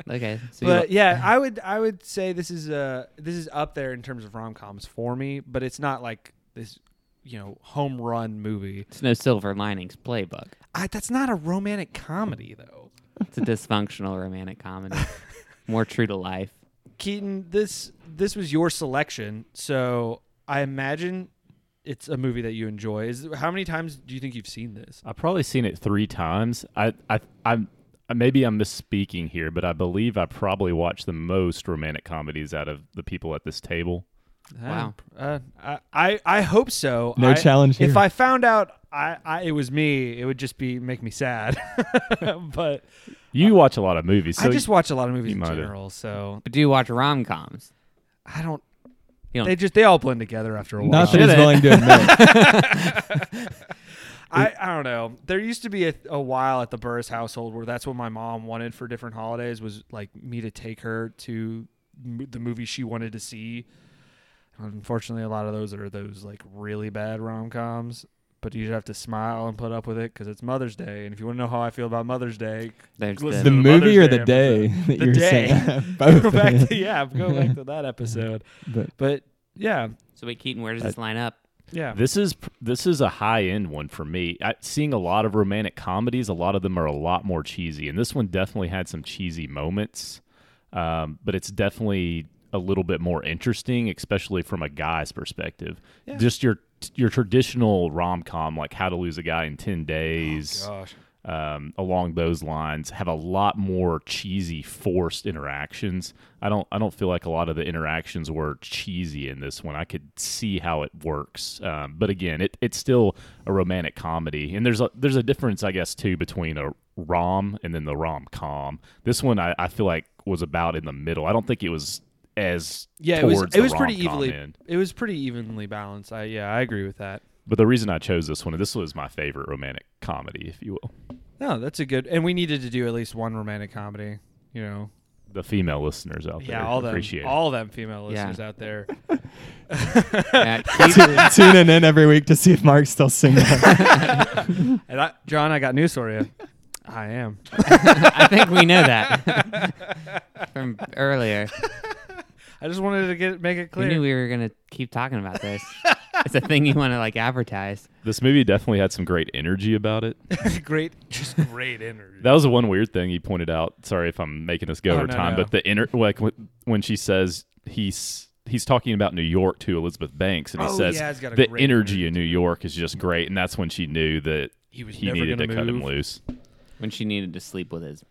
Speaker 2: Okay. So you-
Speaker 1: but yeah, I would I would say this is uh this is up there in terms of rom coms for me, but it's not like this you know home run movie.
Speaker 2: it's no silver linings playbook.
Speaker 1: I, that's not a romantic comedy though.
Speaker 2: It's a dysfunctional romantic comedy. More true to life.
Speaker 1: Keaton, this this was your selection, so I imagine it's a movie that you enjoy. Is how many times do you think you've seen this?
Speaker 4: I've probably seen it three times. I, I, I'm, I- maybe I'm misspeaking here, but I believe I probably watched the most romantic comedies out of the people at this table.
Speaker 2: Wow.
Speaker 1: Uh, I, I I hope so.
Speaker 3: No
Speaker 1: I-
Speaker 3: challenge here.
Speaker 1: If I found out I, I it was me, it would just be make me sad. but
Speaker 4: You watch a lot of movies, so
Speaker 1: I just watch a lot of movies
Speaker 4: you
Speaker 1: in
Speaker 4: might have.
Speaker 1: general, so
Speaker 2: But do you watch rom coms?
Speaker 1: I don't.
Speaker 2: You don't-
Speaker 1: They just they all blend together after a while.
Speaker 3: Not that he's
Speaker 2: Should've.
Speaker 3: willing to admit.
Speaker 1: I, I don't know. There used to be a, a while at the Burris household where that's what my mom wanted for different holidays was like me to take her to m- the movie she wanted to see. Unfortunately, a lot of those are those like really bad rom coms, but you have to smile and put up with it because it's Mother's Day. And if you want to know how I feel about Mother's Day,
Speaker 2: There's
Speaker 1: Listen,
Speaker 3: the
Speaker 2: the,
Speaker 1: Mother's
Speaker 3: movie or
Speaker 1: Day
Speaker 3: the day that
Speaker 1: The
Speaker 3: you're
Speaker 1: day.
Speaker 3: saying.
Speaker 1: go
Speaker 3: Both.
Speaker 1: back to yeah, go back to that episode.
Speaker 3: But
Speaker 1: But yeah,
Speaker 2: so wait, Keaton,
Speaker 1: Uh,
Speaker 2: where does this line up?
Speaker 1: yeah,
Speaker 4: This is pr- this is a high end one for me. I, seeing a lot of romantic comedies, a lot of them are a lot more cheesy, and this one definitely had some cheesy moments, um, but it's definitely a little bit more interesting, especially from a guy's perspective.
Speaker 1: Yeah.
Speaker 4: Just your your traditional rom com, like How to Lose a Guy in
Speaker 1: Oh,
Speaker 4: Ten Days,
Speaker 1: gosh,
Speaker 4: um, along those lines, have a lot more cheesy, forced interactions. I don't I don't feel like a lot of the interactions were cheesy in this one. I could see how it works, um, but again, it, it's still a romantic comedy, and there's a there's a difference, I guess, too, between a rom and then the rom com. This one, I, I feel like was about in the middle. I don't think it was as
Speaker 1: yeah. It was
Speaker 4: towards
Speaker 1: it
Speaker 4: the
Speaker 1: was pretty
Speaker 4: rom-com
Speaker 1: evenly
Speaker 4: end.
Speaker 1: it was pretty evenly balanced. I yeah, I agree with that.
Speaker 4: But the reason I chose this one, this was my favorite romantic comedy, if you will.
Speaker 1: No, that's a good. And we needed to do at least one romantic comedy. You know,
Speaker 4: The female listeners out there
Speaker 1: yeah, all them,
Speaker 4: appreciate it.
Speaker 1: all them female
Speaker 2: Yeah.
Speaker 1: listeners out there.
Speaker 2: Yeah, Keaton,
Speaker 3: tuning in every week to see if Mark's still single.
Speaker 1: And I, John, I got news for you. I am.
Speaker 2: I think we know that from earlier.
Speaker 1: I just wanted to get make it
Speaker 2: We
Speaker 1: clear.
Speaker 2: knew we were gonna keep talking about this. it's a thing you want to like advertise.
Speaker 4: This movie definitely had some great energy about it.
Speaker 1: great, just great energy.
Speaker 4: That was the one weird thing he pointed out. Sorry if I'm making this go
Speaker 1: Oh,
Speaker 4: over
Speaker 1: no,
Speaker 4: time,
Speaker 1: no.
Speaker 4: but the inner like when, when she says he's he's talking about New York to Elizabeth Banks, and he
Speaker 1: Oh,
Speaker 4: says
Speaker 1: yeah, it's got a
Speaker 4: the
Speaker 1: great
Speaker 4: energy in New York is just great, and that's when she knew that
Speaker 1: He was
Speaker 4: he
Speaker 1: never
Speaker 4: needed to
Speaker 1: gonna
Speaker 4: cut him
Speaker 1: move.
Speaker 4: loose.
Speaker 2: When she needed to sleep with his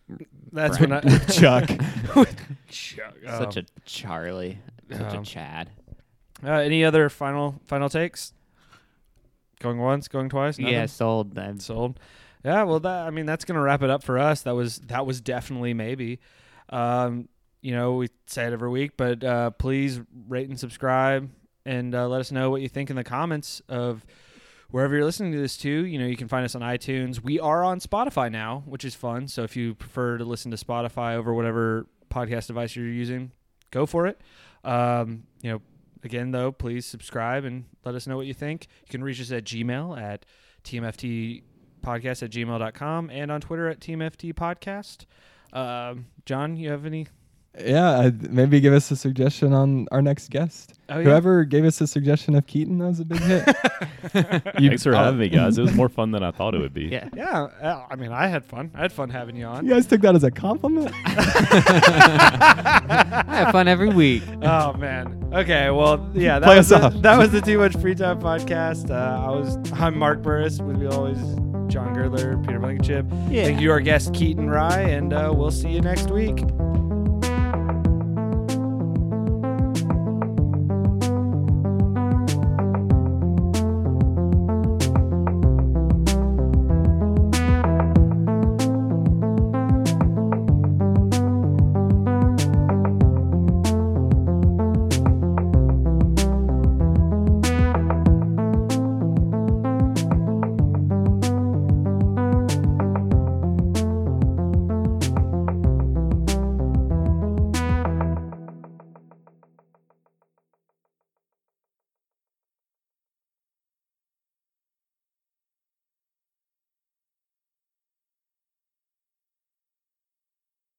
Speaker 1: That's
Speaker 2: Right.
Speaker 1: when I.
Speaker 3: Chuck.
Speaker 1: Chuck,
Speaker 2: such
Speaker 1: um,
Speaker 2: a Charlie, such
Speaker 1: um,
Speaker 2: a Chad.
Speaker 1: uh, any other final final takes? Going once, going twice. Nothing?
Speaker 2: Yeah, sold. Then.
Speaker 1: sold. Yeah, well, that I mean, that's gonna wrap it up for us. That was that was definitely maybe. Um, you know, we say it every week, but uh, please rate and subscribe, and uh, let us know what you think in the comments of wherever you're listening to this to. You know, you can find us on iTunes. We are on Spotify now, which is fun. So if you prefer to listen to Spotify over whatever podcast device you're using, go for it. Um, you know, again though, please subscribe and let us know what you think. You can reach us at Gmail at tmftpodcast at gmail.com and on Twitter at tmft podcast. Um, John, you have any?
Speaker 3: yeah, uh, maybe give us a suggestion on our next guest.
Speaker 1: Oh, yeah.
Speaker 3: Whoever gave us a suggestion of Keaton, that was a big hit. You-
Speaker 4: Thanks for
Speaker 3: I'll-
Speaker 4: having me, guys. It was more fun than I thought it would be.
Speaker 2: Yeah.
Speaker 1: Yeah, uh, I mean, I had fun. I had fun having you
Speaker 3: You
Speaker 1: on.
Speaker 3: guys took that as a compliment?
Speaker 2: I have fun every week.
Speaker 1: Oh man. Okay. Well, yeah. That
Speaker 3: Play
Speaker 1: was
Speaker 3: us
Speaker 1: the,
Speaker 3: off.
Speaker 1: That was the Too Much Free Time podcast. Uh, I was. I'm Mark Burris. With me always, John Girdler, Peter Blankenship.
Speaker 2: Yeah.
Speaker 1: Thank you to our guest Keaton Rye, and uh, we'll see you next week.